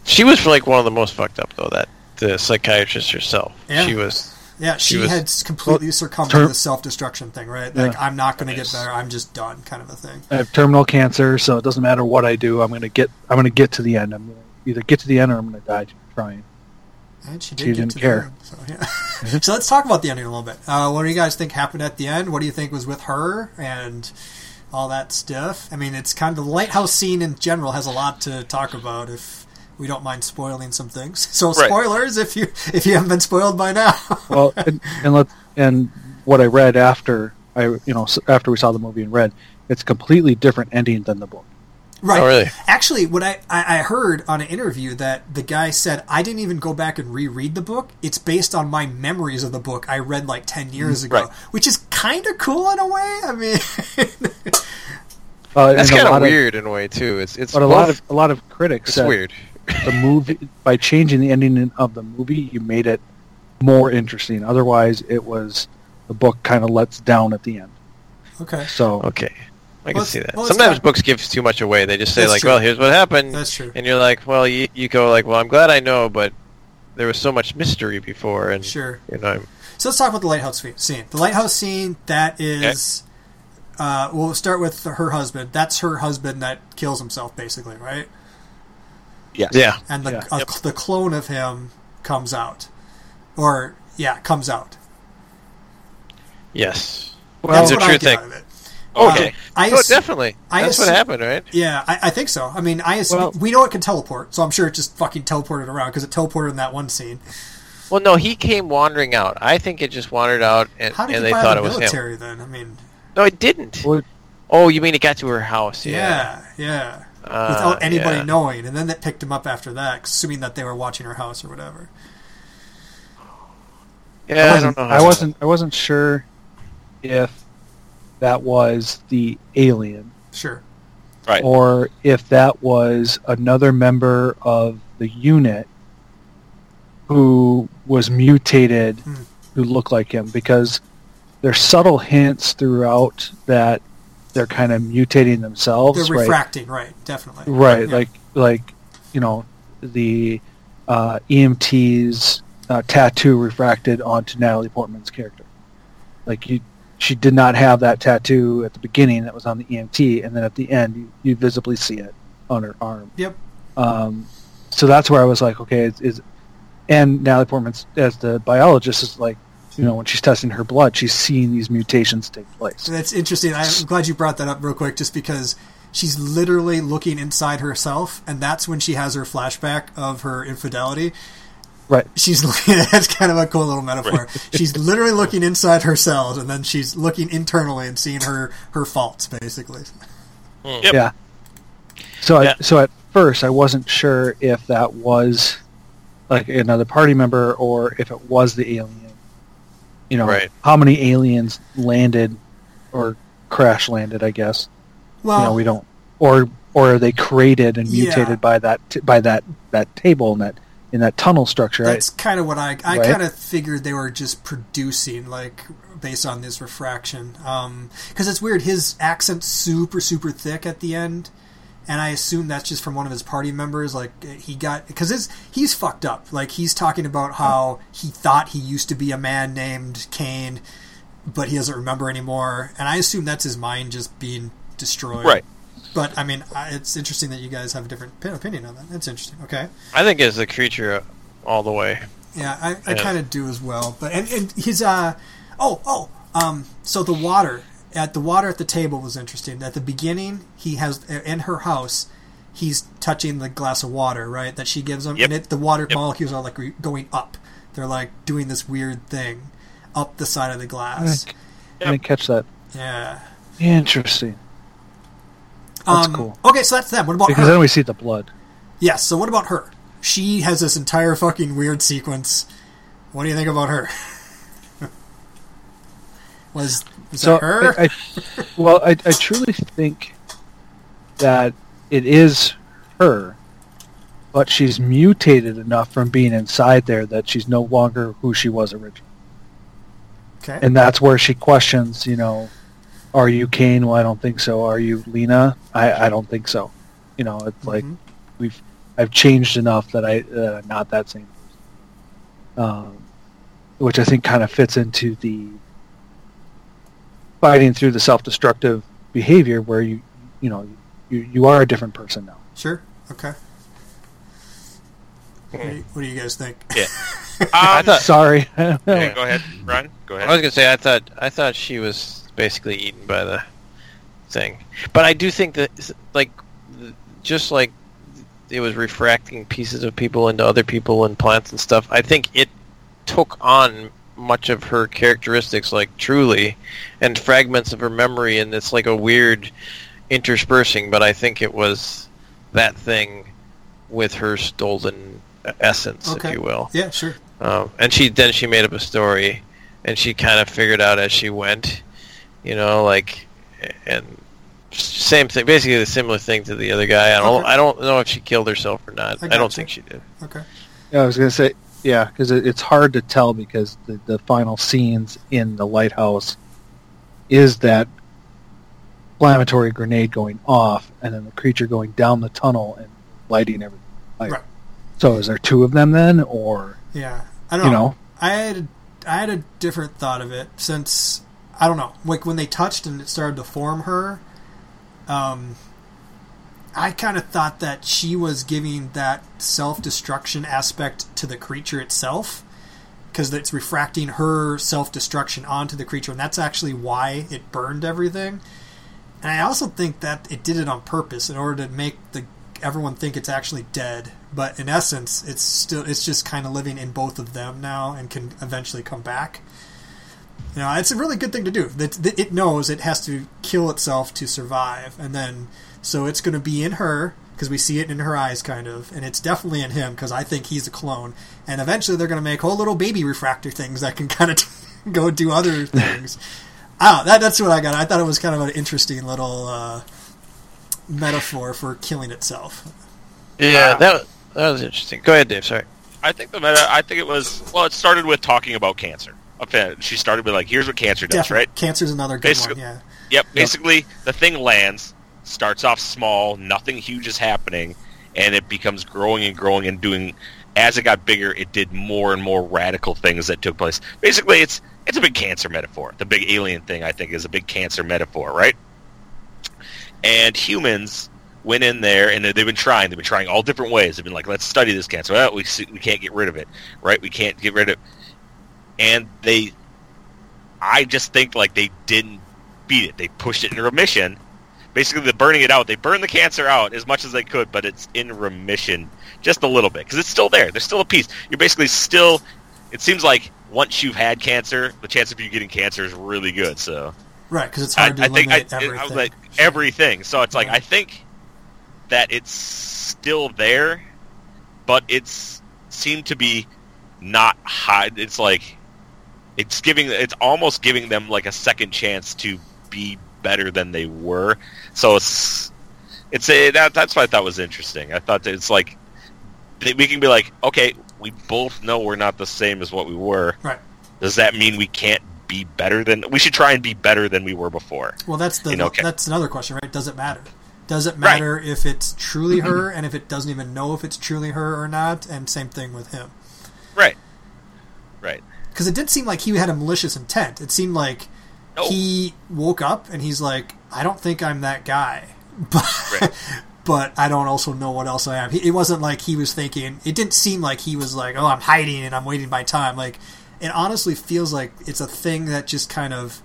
She was like one of the most fucked up though. That the psychiatrist herself. Yeah. She was. yeah, she, was- had completely succumbed Ter- to the self-destruction thing, right? Like, I'm not going to get better. I'm just done, kind of a thing. I have terminal cancer, so it doesn't matter what I do. I'm gonna get. I'm gonna get to the end. I'm gonna either get to the end or I'm gonna die trying. And she, did She get didn't to the care. end, so, yeah. *laughs* so let's talk about the ending a little bit. Uh, what do you guys think happened at the end? What do you think was with her and all that stuff? I mean, it's kind of the lighthouse scene in general has a lot to talk about if we don't mind spoiling some things. *laughs* So Right. spoilers if you if you haven't been spoiled by now. *laughs* well, and, and let and what I read after I you know s- after we saw the movie and read, it's a completely different ending than the book. right. Oh, really? Actually, what I, I, I heard on an interview that the guy said, I didn't even go back and reread the book. It's based on my memories of the book I read like 10 years ago, Mm, Right. which is kind of cool in a way. I mean, *laughs* Uh, and That's a kind of lot weird in a way too. It's it's but a lot of a lot of critics it's said weird. the movie by changing the ending of the movie, you made it more interesting. Otherwise, it was the book kind of lets down at the end. okay. So Okay. I Well, can see it's- that. well, it's Sometimes not- books give too much away. They just say That's like, true. "Well, here's what happened," That's true. and you're like, "Well, you you go like, well, I'm glad I know, but there was so much mystery before, and Sure. you know, I'm- So let's talk about the lighthouse fe- scene. The lighthouse scene that is, uh, we'll start with her husband. That's her husband that kills himself, basically, right? Yes. yeah, And the Yeah. a- the clone of him comes out, or yeah, comes out. yes, well, That's It's a what I true get thing. out of it. okay, I oh, ass- definitely, I that's assu- what happened, right? Yeah, I, I think so. I mean, I ass- Well- we know it can teleport, so I'm sure it just fucking teleported around because it teleported in that one scene. Well, no, he came wandering out. I think it just wandered out, and, How did and he they buy thought the it was him. military then? I mean, No, it didn't. Well, Oh, you mean it got to her house? yeah, yeah. Uh, Without anybody yeah. knowing, and then that picked him up after that, assuming that they were watching her house or whatever. Yeah, I wasn't- don't know. how I that- wasn't. I wasn't sure if that was the alien Sure. Right. or if that was another member of the unit who was mutated Hmm. who looked like him because there's subtle hints throughout that they're kind of mutating They're themselves right refracting, right? Definitely. right Yeah. like like you know the uh, EMT's uh, tattoo refracted onto Natalie Portman's character like you she did not have that tattoo at the beginning that was on the EMT and then at the end you, you visibly see it on her arm Yep. um, so that's where I was like okay is, is and Natalie Portman as the biologist is like you know when she's testing her blood she's seeing these mutations take place So that's interesting. I'm glad you brought that up real quick, just because she's literally looking inside herself, and that's when she has her flashback of her infidelity. Right. She's *laughs* looking. That's kind of a cool little metaphor. *laughs* She's literally looking inside herself, and then she's looking internally and seeing her her faults, basically. Yep. Yeah. So Yeah. I, so at first I wasn't sure if that was like another party member or if it was the alien. You know, Right. how many aliens landed or crash landed? I guess Well, you know we don't, or or are they created and Yeah. mutated by that t- by that that table and that in that tunnel structure? I- that's kind of what I I Right. kind of figured they were just producing like based on this refraction because it's weird his accent's super super thick at the end and I assume that's just from one of his party members like he got because his he's fucked up like he's talking about Hmm. how he thought he used to be a man named Kane but he doesn't remember anymore and I assume that's his mind just being destroyed Right. but I mean I, it's interesting that you guys have a different pin- opinion on that that's interesting okay I think it's the creature all the way. yeah, I, I Yeah. kind of do as well. But and, and his uh oh oh um so the water at the water at the table was interesting. At the beginning, he has in her house, he's touching the glass of water right that she gives him, Yep. and it, the water molecules are like re- going up. They're like doing this weird thing up the side of the glass. I didn't catch that. Yeah, Um, Interesting. That's cool. Okay, so that's them. What about Because her? then we see the blood. yes. So what about her? She has this entire fucking weird sequence. What do you think about her? *laughs* was was that her? I, I- well, I, I truly think that it is her, but she's mutated enough from being inside there that she's no longer who she was originally, okay. and that's where she questions, you know, are you Kane? Well, I don't think so. Are you Lena? I, I don't think so. You know, it's like Mhm. we've I've changed enough that I that I'm not that same. person. Um, which I think kind of fits into the fighting through the self-destructive behavior where you you know you, you are a different person now. Sure. Okay. What do, you, what do you guys think? I Um, thought *laughs* Sorry. yeah, go ahead, Ryan. Go I was ahead. gonna say I thought I thought she was basically eaten by the thing, but I do think that like th- just like it was refracting pieces of people into other people and plants and stuff. I think it took on much of her characteristics, like truly, and fragments of her memory, and it's like a weird interspersing. But I think it was that thing with her stolen essence, Okay. if you will. Yeah, sure. Um, and she then she made up a story, and she kind of figured out as she went, you know, like and same thing, basically the similar thing to the other guy. I don't Okay. I don't know if she killed herself or not. I I, gotcha. don't think she did. Okay. Yeah, I was gonna say yeah, because it, it's hard to tell because the, the final scenes in the lighthouse is that inflammatory grenade going off and then the creature going down the tunnel and lighting everything. Like, Right. So is there two of them then, or Yeah. I don't you know? I had a, I had a different thought of it since I don't know, like when they touched and it started to form her. Um, I kind of thought that she was giving that self destruction aspect to the creature itself because it's refracting her self destruction onto the creature, and that's actually why it burned everything. And I also think that it did it on purpose in order to make the everyone think it's actually dead. But in essence, it's still it's just kind of living in both of them now and can eventually come back. You know, it's a really good thing to do. That that it knows it has to kill itself to survive, and then so it's going to be in her because we see it in her eyes, kind of, and it's definitely in him because I think he's a clone. And eventually, they're going to make whole little baby refractor things that can kind of *laughs* go do other things. Ah, that, that's what I got. I thought it was kind of an interesting little uh, metaphor for killing itself. Yeah, Uh, that that was interesting. Go ahead, Dave. Sorry. I think the meta. I think it was. Well, it started with talking about cancer. Okay, She started with like, "Here's what cancer does," Definitely. right? Cancer's another good Basically- one, yeah. Yep. Basically, the thing lands, starts off small, nothing huge is happening, and it becomes growing and growing and doing. As it got bigger, it did more and more radical things that took place. Basically, it's it's a big cancer metaphor. The big alien thing, I think, is a big cancer metaphor, right? And humans went in there, and they- they've been trying. They've been trying all different ways. They've been like, "Let's study this cancer." Well, we see, we can't get rid of it, right? We can't get rid of. And they, I just think like they didn't beat it. They pushed it in remission basically the burning it out. They burn the cancer out as much as they could, but it's in remission just a little bit because it's still there. There's still a piece. You're basically still. It seems like once you've had cancer, the chance of you getting cancer is really good. So Right, because it's I, hard to I think I, eliminate everything. I was like everything. So it's like Yeah. I think that it's still there, but it's seemed to be not high. It's like it's giving it's almost giving them like a second chance to be better than they were. So it's it's a, that, that's what I thought was interesting. I thought that it's like that we can be like, okay, we both know we're not the same as what we were. Right. Does that mean we can't be better than we should try and be better than we were before? Well, that's the You know, okay. that's another question, right? Does it matter? Does it Right. matter if it's *clears throat* truly her, and if it doesn't even know if it's truly her or not? And same thing with him, Right. Right. because it did seem like he had a malicious intent. It seemed like No. he woke up and he's like, "I don't think I'm that guy," *laughs* but Right. but I don't also know what else I am. He, it wasn't like he was thinking. It didn't seem like he was like, "Oh, I'm hiding and I'm waiting my time." Like it honestly feels like it's a thing that just kind of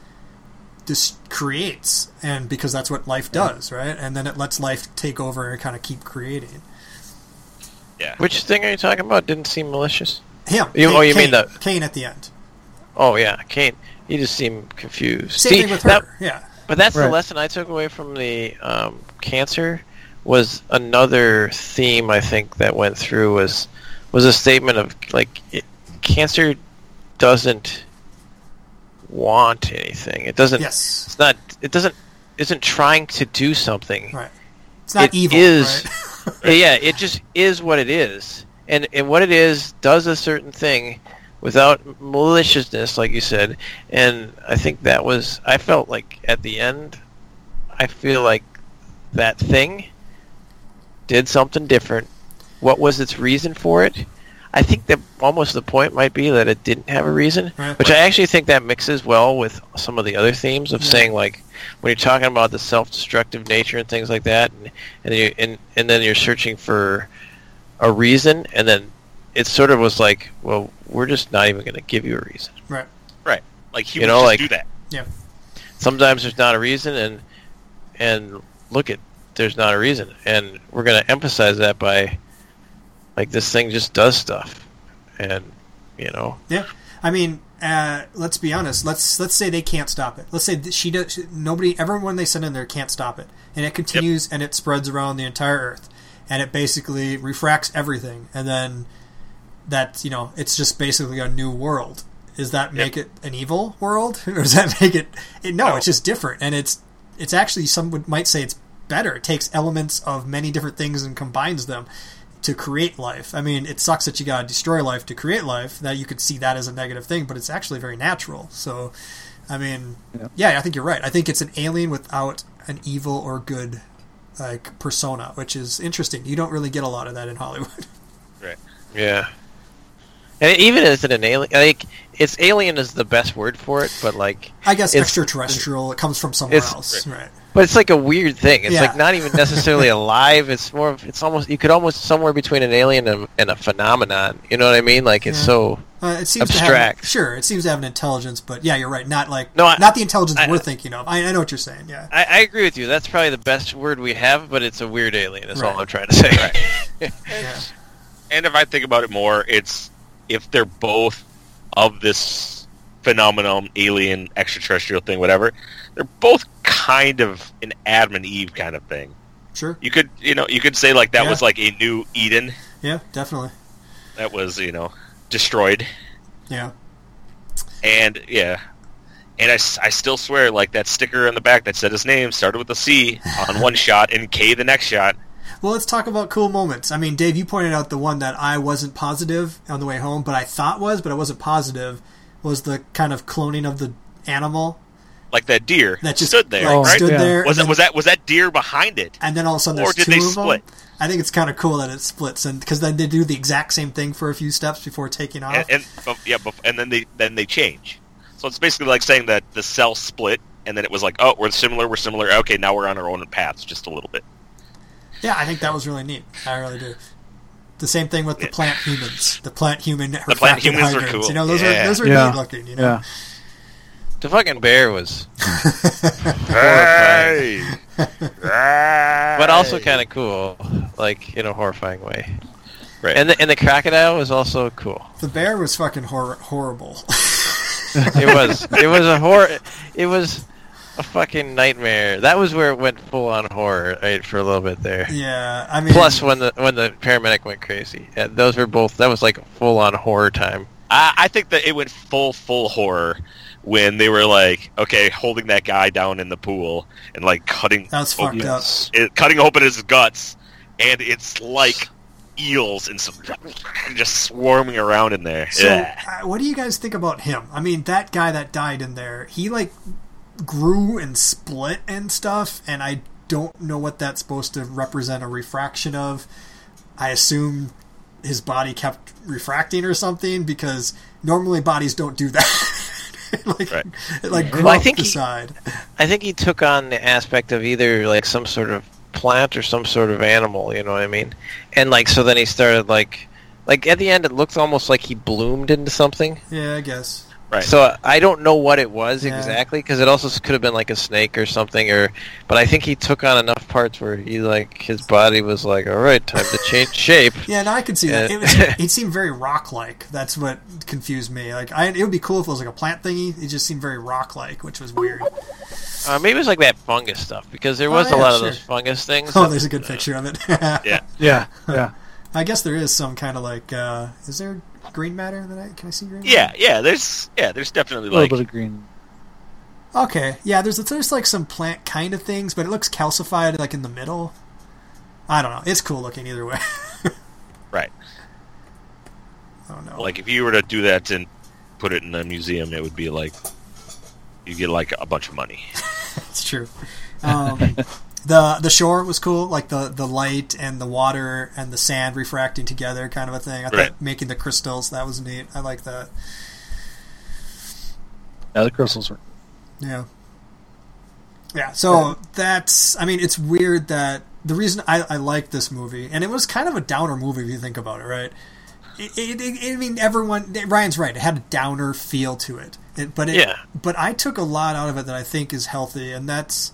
just creates, and because that's what life does, right? And then it lets life take over and kind of keep creating. Yeah. Which thing are you talking about? Didn't seem malicious. Him. You- Cain- oh, you Cain, mean the- Cain at the end? Oh yeah, Kane. He just seemed confused. Same See, thing with her. that- yeah. But that's Right. the lesson I took away from the um, cancer was another theme I think that went through was was a statement of like it, cancer doesn't want anything. It doesn't. Yes. It's not. It doesn't. Isn't trying to do something. Right. It's not It evil. is- right? *laughs* *laughs* Yeah. It just is what it is, and and what it is does a certain thing without maliciousness, like you said. And I think that was. I felt like at the end, I feel like that thing did something different. What was its reason for it? I think that almost the point might be that it didn't have a reason, Right. which I actually think that mixes well with some of the other themes of Yeah. saying like when you're talking about the self-destructive nature and things like that, and and, you, and and then you're searching for a reason, and then it sort of was like, well, we're just not even going to give you a reason. Right. Right. Like he You would know, just like- do that. Yeah. sometimes there's not a reason and and look at there's not a reason and we're going to emphasize that by like this thing just does stuff and you know Yeah, I mean, uh, let's be honest. Let's let's say they can't stop it. Let's say that she does. She, nobody, everyone they send in there can't stop it, and it continues and it spreads around the entire Earth, and it basically refracts everything, and then that you know it's just basically a new world. Does that make it an evil world, *laughs* or does that make it, it no, It's just different, and it's it's actually some would might say it's better. It takes elements of many different things and combines them to create life. I mean, it sucks that you got to destroy life to create life. That you could see that as a negative thing, but it's actually very natural. So, I mean, yeah, I think you're right. I think it's an alien without an evil or good like persona, which is interesting. You don't really get a lot of that in Hollywood. Right. yeah and it, even is it an alien like it's alien is the best word for it but like I guess It's- extraterrestrial. It comes from somewhere it's- else, right? but it's like a weird thing it's Yeah. like not even *laughs* necessarily alive it's more of it's almost you could almost somewhere between an alien and, and a phenomenon you know what i mean like it's Yeah. so Uh, it seems To have, Abstract. sure, it seems to have an intelligence, but yeah, you're right. Not like No, I- not the intelligence I- we're thinking of. I, I know what you're saying. Yeah, I, I agree with you. That's probably the best word we have, but it's a weird alien. Is Right. all I'm trying to say. yeah. And if I think about it more, it's if they're both of this phenomenon, alien, extraterrestrial thing, whatever, they're both kind of an Adam and Eve kind of thing. sure. You could you know, you could say like that Yeah. was like a new Eden Yeah, definitely. that was, you know, destroyed. Yeah, And yeah. And I, s- I still swear, like that sticker on the back that said his name started with a C *laughs* on one shot and K the next shot. Well, let's talk about cool moments. I mean, Dave, you pointed out the one that I wasn't positive on the way home, but I thought was, but I wasn't positive, was the kind of cloning of the animal Like that deer that just stood there, like, right? stood Yeah. there. Was and that was that was that deer behind it? And then all of a sudden, or there's did two they of split? them. I think it's kind of cool that it splits, and because then they do the exact same thing for a few steps before taking off. And, and but- yeah, but- and then they then they change. So it's basically like saying that the cell split, and then it was like, oh, we're similar, we're similar. Okay, now we're on our own paths just a little bit. yeah, I think that was really neat. I really do. The same thing with the plant humans. The plant human. The plant humans were cool. You know, those are Yeah. those are Yeah. neat looking. You know, Yeah. *laughs* The fucking bear was, Hey! *laughs* but also kind of cool, like in a horrifying way. Right. And the, and the crocodile was also cool. *laughs* The bear was fucking hor- horrible. *laughs* It was it was a horror. It was a fucking nightmare. That was where it went full on horror right, for a little bit there. yeah, I mean, Plus when the when the paramedic went crazy, yeah, those were both. That was like full on horror time. I, I think that it went full full horror when they were like, okay, holding that guy down in the pool and like cutting That's open, fucked up. it, cutting open his guts, and it's like eels and some just swarming around in there. So, yeah. uh, what do you guys think about him? I mean, that guy that died in there, he like grew and split and stuff, and I don't know what that's supposed to represent a refraction of. I assume his body kept refracting or something because normally bodies don't do that. *laughs* It, like, Right. it, like grew Well, I up think the he- side. I think he took on the aspect of either like some sort of plant or some sort of animal, you know what I mean? And like so then he started like like at the end it looked almost like he bloomed into something. Yeah, I guess. Right. So I don't know what it was Yeah. exactly cuz it also could have been like a snake or something or but I think he took on enough parts where he like his body was like all right, time to *laughs* change shape. Yeah, no, I could see that. Yeah. It, *laughs* was, it seemed very rock-like. That's what confused me. Like, I, it would be cool if it was like a plant thingy. It just seemed very rock-like, which was weird. Uh, maybe it was like that fungus stuff because there Oh, was yeah, a lot of sure. those fungus things. *laughs* Oh, there's a good picture of it. Uh, *laughs* Yeah. Yeah, yeah. I guess there is some kind of like, uh, is there green matter that I can I see green? Yeah, yeah, there's yeah, there's definitely A little like bit of green. matter? Okay. Yeah. There's there's like some plant kind of things, but it looks calcified like in the middle. I don't know. It's cool looking either way. *laughs* right. I don't know. Like if you were to do that and put it in a museum, it would be like you get like a bunch of money. it's *laughs* true. Um, the The shore was cool, like the the light and the water and the sand refracting together, kind of a thing. I Right. thought making the crystals that was neat. I like that. Yeah, the crystals were. Yeah. Yeah, so that's I mean, it's weird that the reason I, I like this movie, and it was kind of a downer movie if you think about it, right? It, it, it, I mean, everyone. Ryan's right. It had a downer feel to it, it but it, Yeah. But I took a lot out of it that I think is healthy, and that's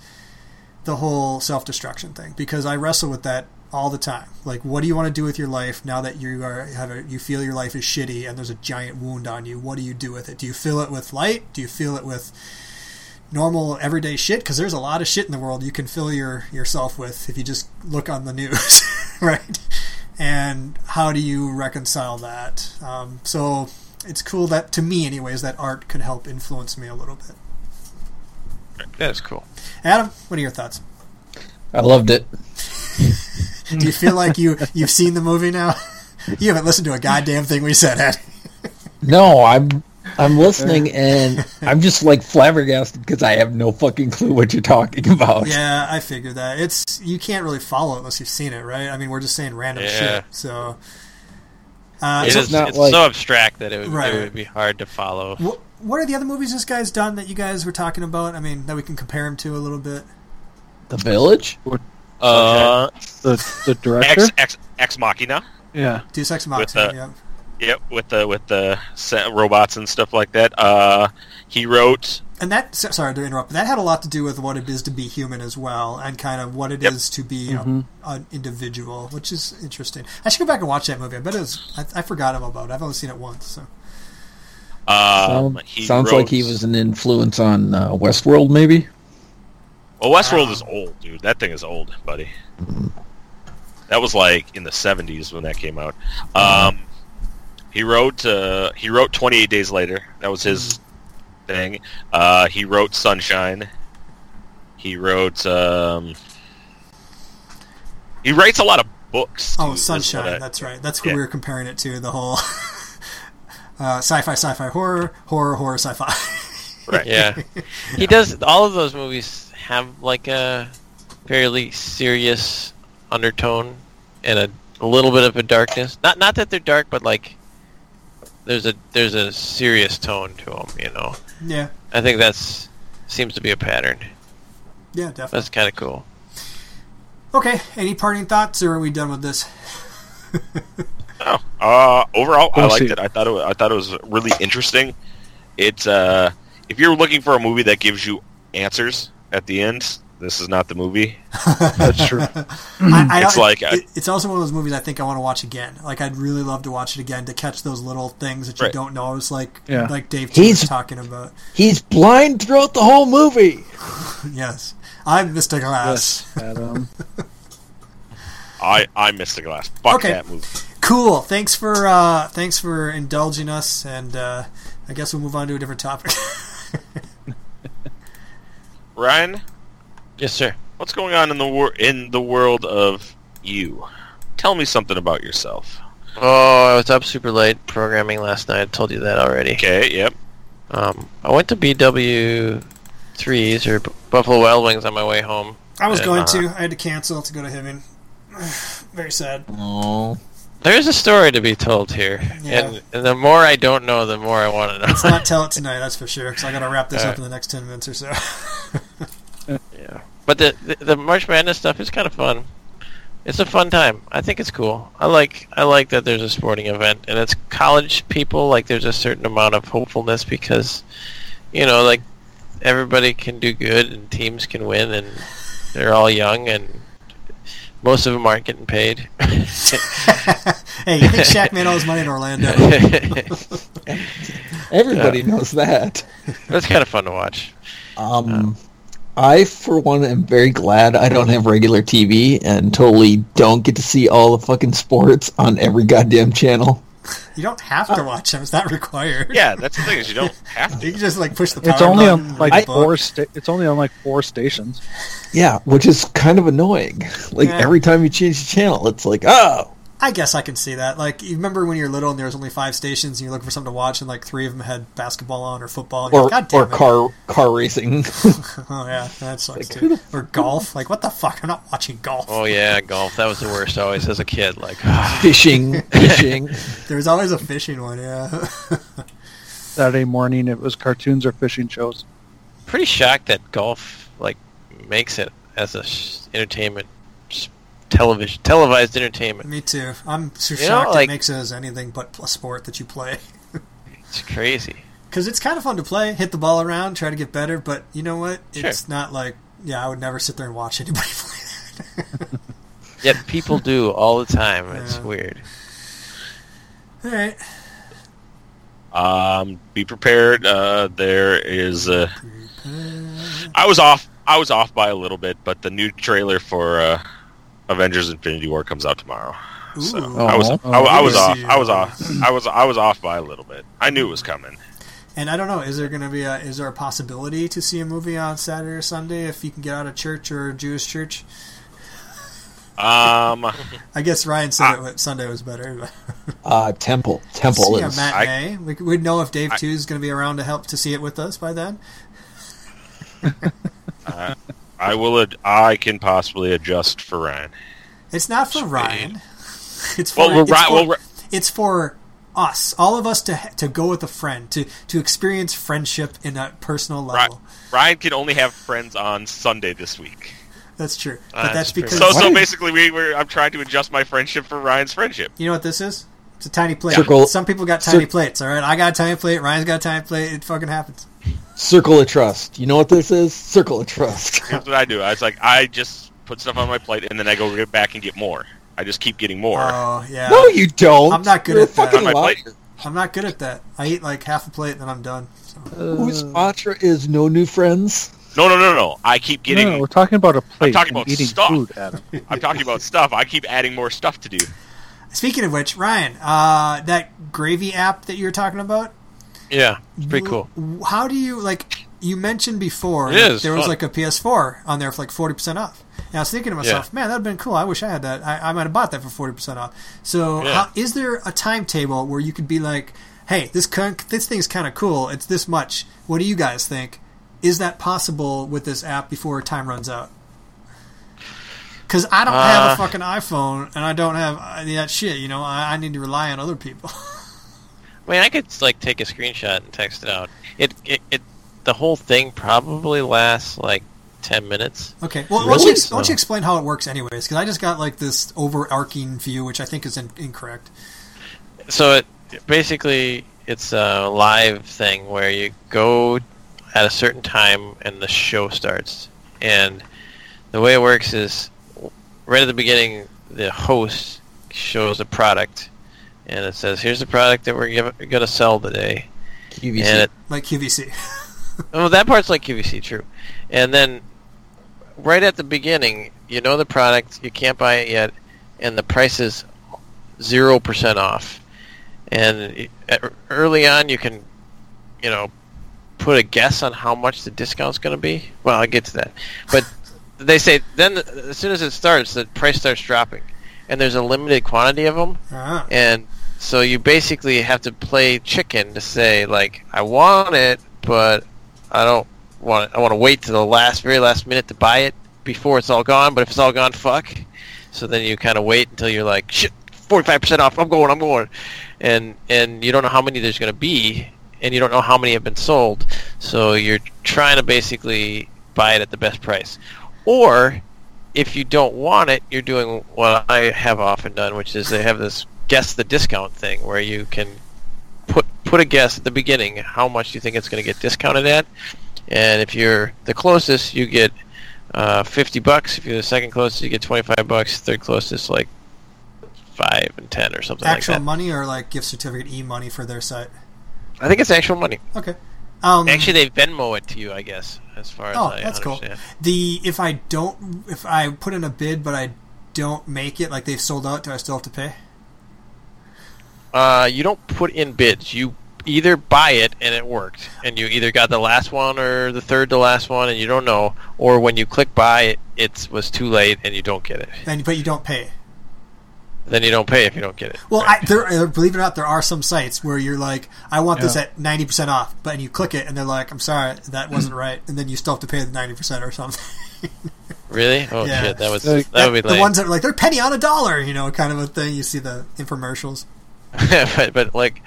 the whole self destruction thing because I wrestle with that all the time. Like, what do you want to do with your life now that you are have a, you feel your life is shitty and there's a giant wound on you? What do you do with it? Do you fill it with light? Do you fill it with normal everyday shit? Because there's a lot of shit in the world you can fill your yourself with if you just look on the news, *laughs* right? And how do you reconcile that? Um, so it's cool that to me, anyways, that art could help influence me a little bit. That was cool. Adam, what are your thoughts? I loved it. Do you feel like *laughs* you you've seen the movie now? *laughs* You haven't listened to a goddamn thing we said. Ed. No, I'm I'm listening and I'm just like flabbergasted because I have no fucking clue what you're talking about. Yeah, I figured that. It's you can't really follow it unless you've seen it, right? I mean, we're just saying random Yeah. shit. So, uh, It so is, not it's like- so abstract that it would, Right. it would be hard to follow. wh- what are the other movies this guy's done that you guys were talking about? I mean, that we can compare him to a little bit. The village? Uh, The *laughs* the director. Ex, ex ex machina. Yeah, Deus Ex With, Machina. uh, yeah. Yep, with the with the se- robots and stuff like that. Uh, he wrote And that so- sorry to interrupt, but that had a lot to do with what it is to be human as well, and kind of what it is Yep. to be you know, an individual, which is interesting. I should go back and watch that movie. I bet it was. I, I forgot all about it. I've only seen it once. So um, Sound- he sounds wrote- like he was an influence on uh, Westworld, maybe. Well, Westworld is old, dude. That thing is old, buddy. That was like in the '70s when that came out. Um, he wrote uh, he wrote 28 Days Later. That was his thing. Uh, he wrote Sunshine. He wrote um, he writes a lot of books. oh, dude, is what Sunshine. I- that's right. That's what yeah. we were comparing it to. The whole *laughs* uh, sci-fi, sci-fi horror, horror, horror, sci-fi. *laughs* right. yeah *laughs* he does all of those movies have like a fairly serious undertone and a, a little bit of a darkness not not that they're dark but like there's a there's a serious tone to them you know yeah, i think that's seems to be a pattern yeah, definitely. that's kind of cool Okay. Any parting thoughts, or are we done with this? No. *laughs* Uh, overall, I Go liked see it. it. I thought it. wa- I thought it was really interesting. It's uh, if you're looking for a movie that gives you answers at the end, this is not the movie. That's *laughs* true. I, I, It's like, uh, it, it's also one of those movies I think I want to watch again. Like I'd really love to watch it again to catch those little things that you Right. don't notice, like Yeah. like Dave He's- was talking about. *laughs* He's blind throughout the whole movie. Yes, I'm Mr. Glass. Yes, Adam. I I missed the glass. Fuck Okay. that movie. Cool. Thanks for uh, thanks for indulging us, and uh, I guess we'll move on to a different topic. *laughs* Ryan, Yes, sir. what's going on in the wor- in the world of you? Tell me something about yourself. Oh, I was up super late programming last night. I told you that already. Okay. Yep. Um, I went to BW threes or B- Buffalo Wild Wings on my way home. I was Yeah, going uh-huh. to. I had to cancel to go to Hibbing. *sighs* Very sad. Oh, There is a story to be told here, Yeah. and, and the more I don't know, the more I want to know. Let's not tell it tonight, that's for sure, because I got to wrap this All up in the next ten minutes or so. *laughs* Yeah. *laughs* But the, the the March Madness stuff is kind of fun. It's a fun time. I think it's cool. I like I like that there's a sporting event and it's college people. Like there's a certain amount of hopefulness because, you know, like everybody can do good and teams can win and they're all young and most of them aren't getting paid. *laughs* hey, you think Shaq made all his money in Orlando? That's everybody knows that. kind of fun to watch. Um, I, for one, am very glad I don't have regular TV and totally don't get to see all the fucking sports on every goddamn channel. You don't have Uh, to watch them; it's not required. Yeah, that's the thing is you don't have *laughs* You to. can just like push the. Power It's only button, on read like a book. four. Sta- it's only on like four stations. Yeah, which is kind of annoying. *laughs* Like Yeah. every time you change the channel, it's like, oh, I guess I can see that. Like, you remember when you were little and there was only five stations and you're looking for something to watch, and like three of them had basketball on or football. And you're or like, God damn or it. car car racing. *laughs* *laughs* Oh yeah, that sucks. too. or golf. Like, what the fuck? I'm not watching golf. Oh yeah, golf. That was the worst always as a *laughs* kid. Like *sighs* fishing, fishing. There's always a fishing one. Yeah. *laughs* Saturday morning, it was cartoons or fishing shows. pretty shocked that golf like makes it as a sh- entertainment s- television televised entertainment. Me too. I'm so You know, shocked like- it makes it as anything but a sport that you play. *laughs* It's crazy. Because it's kind of fun to play, hit the ball around, try to get better, but you know what? It's not like, yeah, I would never sit there and watch anybody *laughs* play that. *laughs* Yet people do all the time. It's Yeah. weird. All right. Um, be prepared. Uh, there is. Uh, I was off. I was off by a little bit, but the new trailer for uh, Avengers: Infinity War comes out tomorrow. Ooh. So I was. I, Oh. I was off. I was off. I was. I was off by a little bit. I knew it was coming. And I don't know, is there going to be a, is there a possibility to see a movie on Saturday or Sunday if you can get out of church or a Jewish church? Um, I guess Ryan Ah. said it it, Sunday was better. But *laughs* Uh, temple, temple see a is. matinee. we, c- we'd know if Dave too is going to be around to help to see it with us by then. I will. Ad- I can possibly adjust for Ryan. It's not for Ryan. *laughs* It's for Well, we're it's Ry- for- well, we're- it's for us, all of us, to to go with a friend, to to experience friendship in a personal Ry- level. Ryan can only have friends on Sunday this week. That's true, but Ah, that's that's true. because So, so Why? basically, we were. I'm trying to adjust my friendship for Ryan's friendship. you know what this is. It's a tiny plate. Circle- Some people got tiny cir- plates. All right, I got a tiny plate. Ryan's got a tiny plate. It fucking happens. Circle of trust. You know what this is? Circle *laughs* of trust. Here's what I do. I was like, I just put stuff on my plate, and then I go get back and get more. I just keep getting more. Oh yeah, No, you don't. I'm not good You're at a that. fucking On my liar. plate. I'm not good at that. I eat like half a plate and then I'm done. So. Whose mantra is no new friends? No, no, no, no. I keep getting. no, we're talking about a plate. talking and about eating stuff. *laughs* food, Adam. I'm talking about stuff. I keep adding more stuff to do. Speaking of which, Ryan, uh, that gravy app that you were talking about, Yeah, it's pretty cool. w- how do you like? You mentioned before It that is there was fun. like a PS4 on there for like forty percent off. And I was thinking to myself, man, that'd been cool. I wish I had that. I, I might have bought that for forty percent off. So, Yeah. how, is there a timetable where you could be like, hey, this con- this thing's kind of cool. It's this much. What do you guys think? Is that possible with this app before time runs out? Because I don't have a Uh, fucking iPhone and I don't have any of that shit. You know, I, I need to rely on other people. I mean, I could like take a screenshot and text it out. It it, it the whole thing probably lasts like ten minutes. Okay. Well, why don't, you, Really? Oh. why don't you explain how it works, anyways? Because I just got like this overarching view, which I think is in- incorrect. So it basically it's a live thing where you go at a certain time and the show starts. And the way it works is right at the beginning, the host shows a product, and it says, "Here's the product that we're going to sell today." QVC. And it, like *laughs* QVC. well, that part's like QVC, true. And then right at the beginning, you know the product, you can't buy it yet, and the price is zero percent off. And e- at- early on, you can, you know, put a guess on how much the discount's going to be. Well, I'll get to that. But they say then, as soon as it starts, the price starts dropping, and there's a limited quantity of them Ah. and so you basically have to play chicken to say like I want it, but I don't want it. I want to wait to the last, very last minute to buy it before it's all gone. But if it's all gone, fuck. So then you kind of wait until you're like shit, forty five percent off. I'm going. I'm going. And and you don't know how many there's going to be, and you don't know how many have been sold. So you're trying to basically buy it at the best price, or if you don't want it, you're doing what I have often done, which is they have this guess the discount thing where you can put put a guess at the beginning how much you think it's going to get discounted at, and if you're the closest, you get uh, 50 bucks. If you're the second closest, you get 25 bucks. Third closest, like five and ten or something Actual like that. money or like gift certificate e money for their site. I think it's actual money. Okay. Um, Actually, they Venmo it to you, I guess. As far as Oh, I that's cool. understand. The if I don't if I put in a bid but I don't make it, like they've sold out, do I still have to pay? Uh, you don't put in bids. You either buy it and it worked, and you either got the last one or the third to last one, and you don't know, or when you click buy, it it was too late and you don't get it. Then but you don't pay. Then you don't pay if you don't get it. Well, I, there, uh, believe it or not, there are some sites where you're like, I want this at ninety percent off, but and you click it, and they're like, I'm sorry, that wasn't right, and then you still have to pay the ninety percent or something. *laughs* Really? Oh Yeah. shit, that was Like, that would be the lame. ones that are like they're penny on a dollar, you know, kind of a thing. You see the infomercials. *laughs* but but like,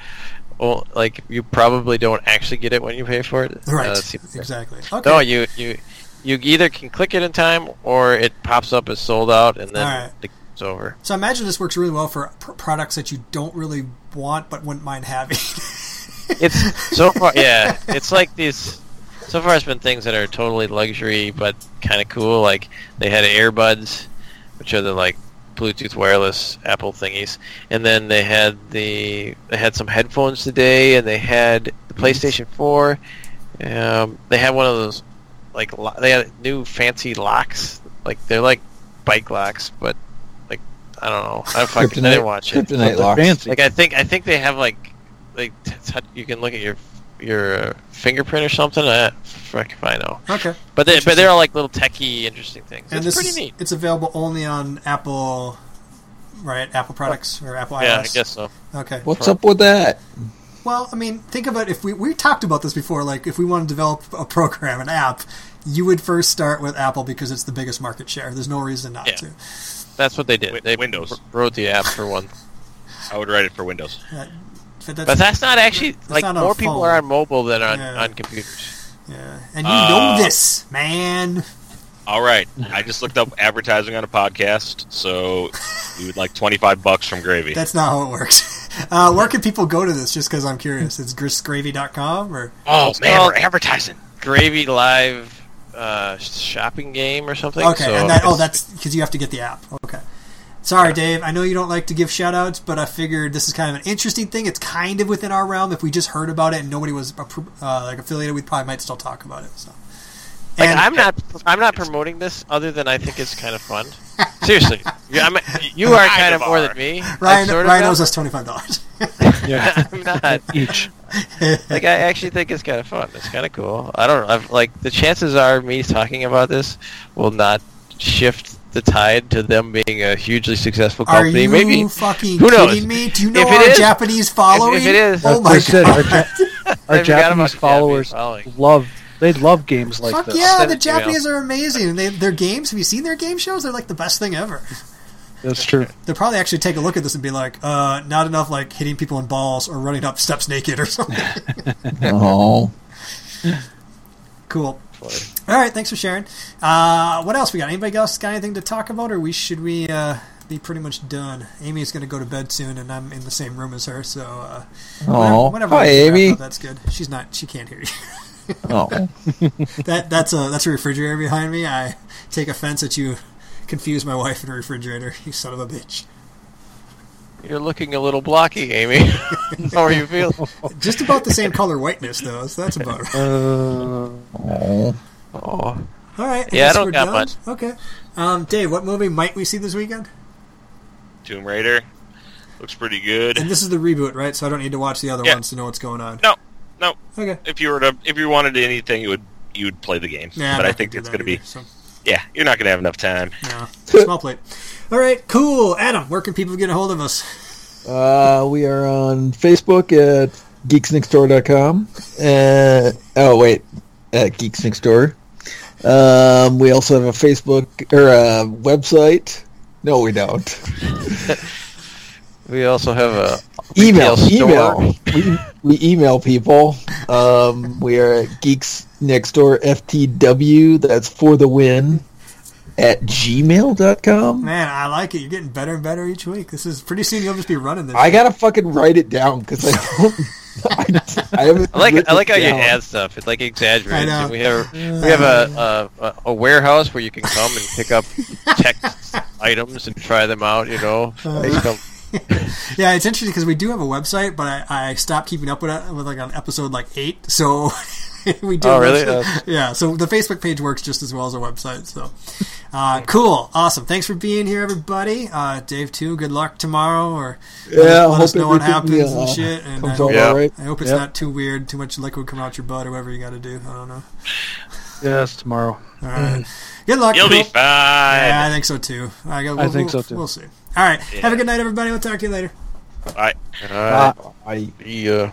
well, like you probably don't actually get it when you pay for it. Right. Uh, that's- exactly. Okay. No, you you you either can click it in time or it pops up as sold out, and then Alright. it's over. so I imagine this works really well for pr- products that you don't really want but wouldn't mind having. *laughs* It's so far, yeah. It's like these. So far, it's been things that are totally luxury but kind of cool. Like they had earbuds, which are the like Bluetooth wireless Apple thingies, and then they had the they had some headphones today, and they had Mhm. the PlayStation Four. Um, they had one of those like lo- they had new fancy locks. Like they're like bike locks, but like I don't know. I fucking I didn't watch it. Kryptonite Something locks. fancy. Like I think I think they have like like t- touch, you can look at your your uh, fingerprint or something. I fuck if I know. okay. But they but they're all like little techie interesting things. and it's this pretty is, neat. It's available only on Apple, right? Apple products or Apple iOS. Yeah, I guess so. Okay. What's up with that? Well, I mean, think about if we we talked about this before. Like, if we want to develop a program, an app, you would first start with Apple because it's the biggest market share. There's no reason not Yeah. to. That's what they did. Wi- they Windows. w- wrote the app for one. I would write it for Windows. But that's, But that's not actually like not on more people phone. are on mobile than on Yeah. on computers. yeah. and you Uh, know this, man. All right, I just looked up advertising on a podcast, so we would like twenty-five bucks from Gravy. That's not how it works. *laughs* Uh, where can people go to this? Just because I'm curious, it's gristgravy.com or Oh man, we're advertising. Gravy Live uh, shopping game or something. okay, so and that oh, it's- that's because you have to get the app. Okay. Sorry, Dave. I know you don't like to give shout outs, but I figured this is kind of an interesting thing. It's kind of within our realm. If we just heard about it and nobody was appro- uh, like affiliated, we probably might still talk about it. So, Like, and I'm not I'm not promoting this other than I think it's kind *laughs* of fun. Seriously, you, *laughs* I'm, you are kind of more than me. I Ryan, sort of Ryan am. owes us twenty five dollars. *laughs* Yeah, *laughs* I'm not. *laughs* *laughs* each. Like I actually think it's kind of fun. It's kind of cool. I don't know. I've, like the chances are me talking about this will not shift the tide to them being a hugely successful Are company. you Maybe fucking Who knows? kidding me? Do you know If it our is- Japanese following? if it is- oh That's my what I said, god! our Ja- Our I forgot about Japanese the Japanese followers following. love they love games like Fuck this. yeah, Send the it to me, I'll- Japanese are amazing. And they, their games, have you seen their game shows? They're like the best thing ever. That's true. They'll probably actually take a look at this and be like, uh, not enough like hitting people in balls or running up steps naked or *laughs* *laughs* something. Oh, cool. All right, thanks for sharing. Uh, what else we got? Anybody else got anything to talk about, or we should we uh, be pretty much done? Amy's going to go to bed soon, and I'm in the same room as her, so uh, oh. whenever Hi, we wrap Amy. Oh, up, that's good. She's not. She can't hear you. *laughs* Oh, That that's a that's a refrigerator behind me. I take offense that you confuse my wife and her refrigerator. You son of a bitch. You're looking a little blocky, Amy. *laughs* How are you *laughs* feeling? Oh. Just about the same color whiteness though. So that's *laughs* about right. Uh, oh. Oh, All right. Yeah, I guess don't we're got done. much. Okay. Um, Dave, what movie might we see this weekend? Tomb Raider looks pretty And good. this is the reboot, right? So I don't need to watch the other Yeah. ones to know what's going on. No, no. Okay. If you were to, if you wanted anything, you would you would play the game. Nah, I'm but I not think do it's that going to be either, so, yeah. You're not going to have enough time. no. small plate. *laughs* All right, cool. Adam, where can people get a hold of us? Uh, we are on Facebook at geeksnextdoor.com. Uh, oh, wait, at Geeks Next Door. Um, we also have a Facebook or a website. No, we don't. we also have a Email, retail store. email. We, we email people. Um, we are at Geeks Next Door FTW. That's for the win at gmail.com. Man, I like it. You're getting better and better each week. This is pretty soon you'll just be running this. I gotta fucking write it down because I don't. *laughs* I, I, haven't I like I written like how you down. add stuff. It like exaggerates. I know. And *laughs* we have we have a, a a warehouse where you can come and *laughs* pick up text items and try them out. You know, Uh-huh. They come- Yeah, it's interesting because we do have a website, but I, I stopped keeping up with it with like on episode like eight. So *laughs* we do. Oh, a really? website. yeah. So the Facebook page works just as well as a website. *laughs* So uh, cool, awesome. Thanks for being here, everybody. Uh, Dave, too. Good luck tomorrow, or Yeah, let us hope know what everything, happens and uh, shit. And I comes hope, out Yeah. all right. I hope it's Yep. not too weird, too much liquid coming out your butt, or whatever you got to do. I don't know. yes, tomorrow. All right. Good luck. You'll be Cool. Yeah, I fine. think so too. I, go, I think so, we'll- too. We'll see. All right. Yeah. Have a good night, everybody. We'll talk to you later. All right. All right. I Yeah.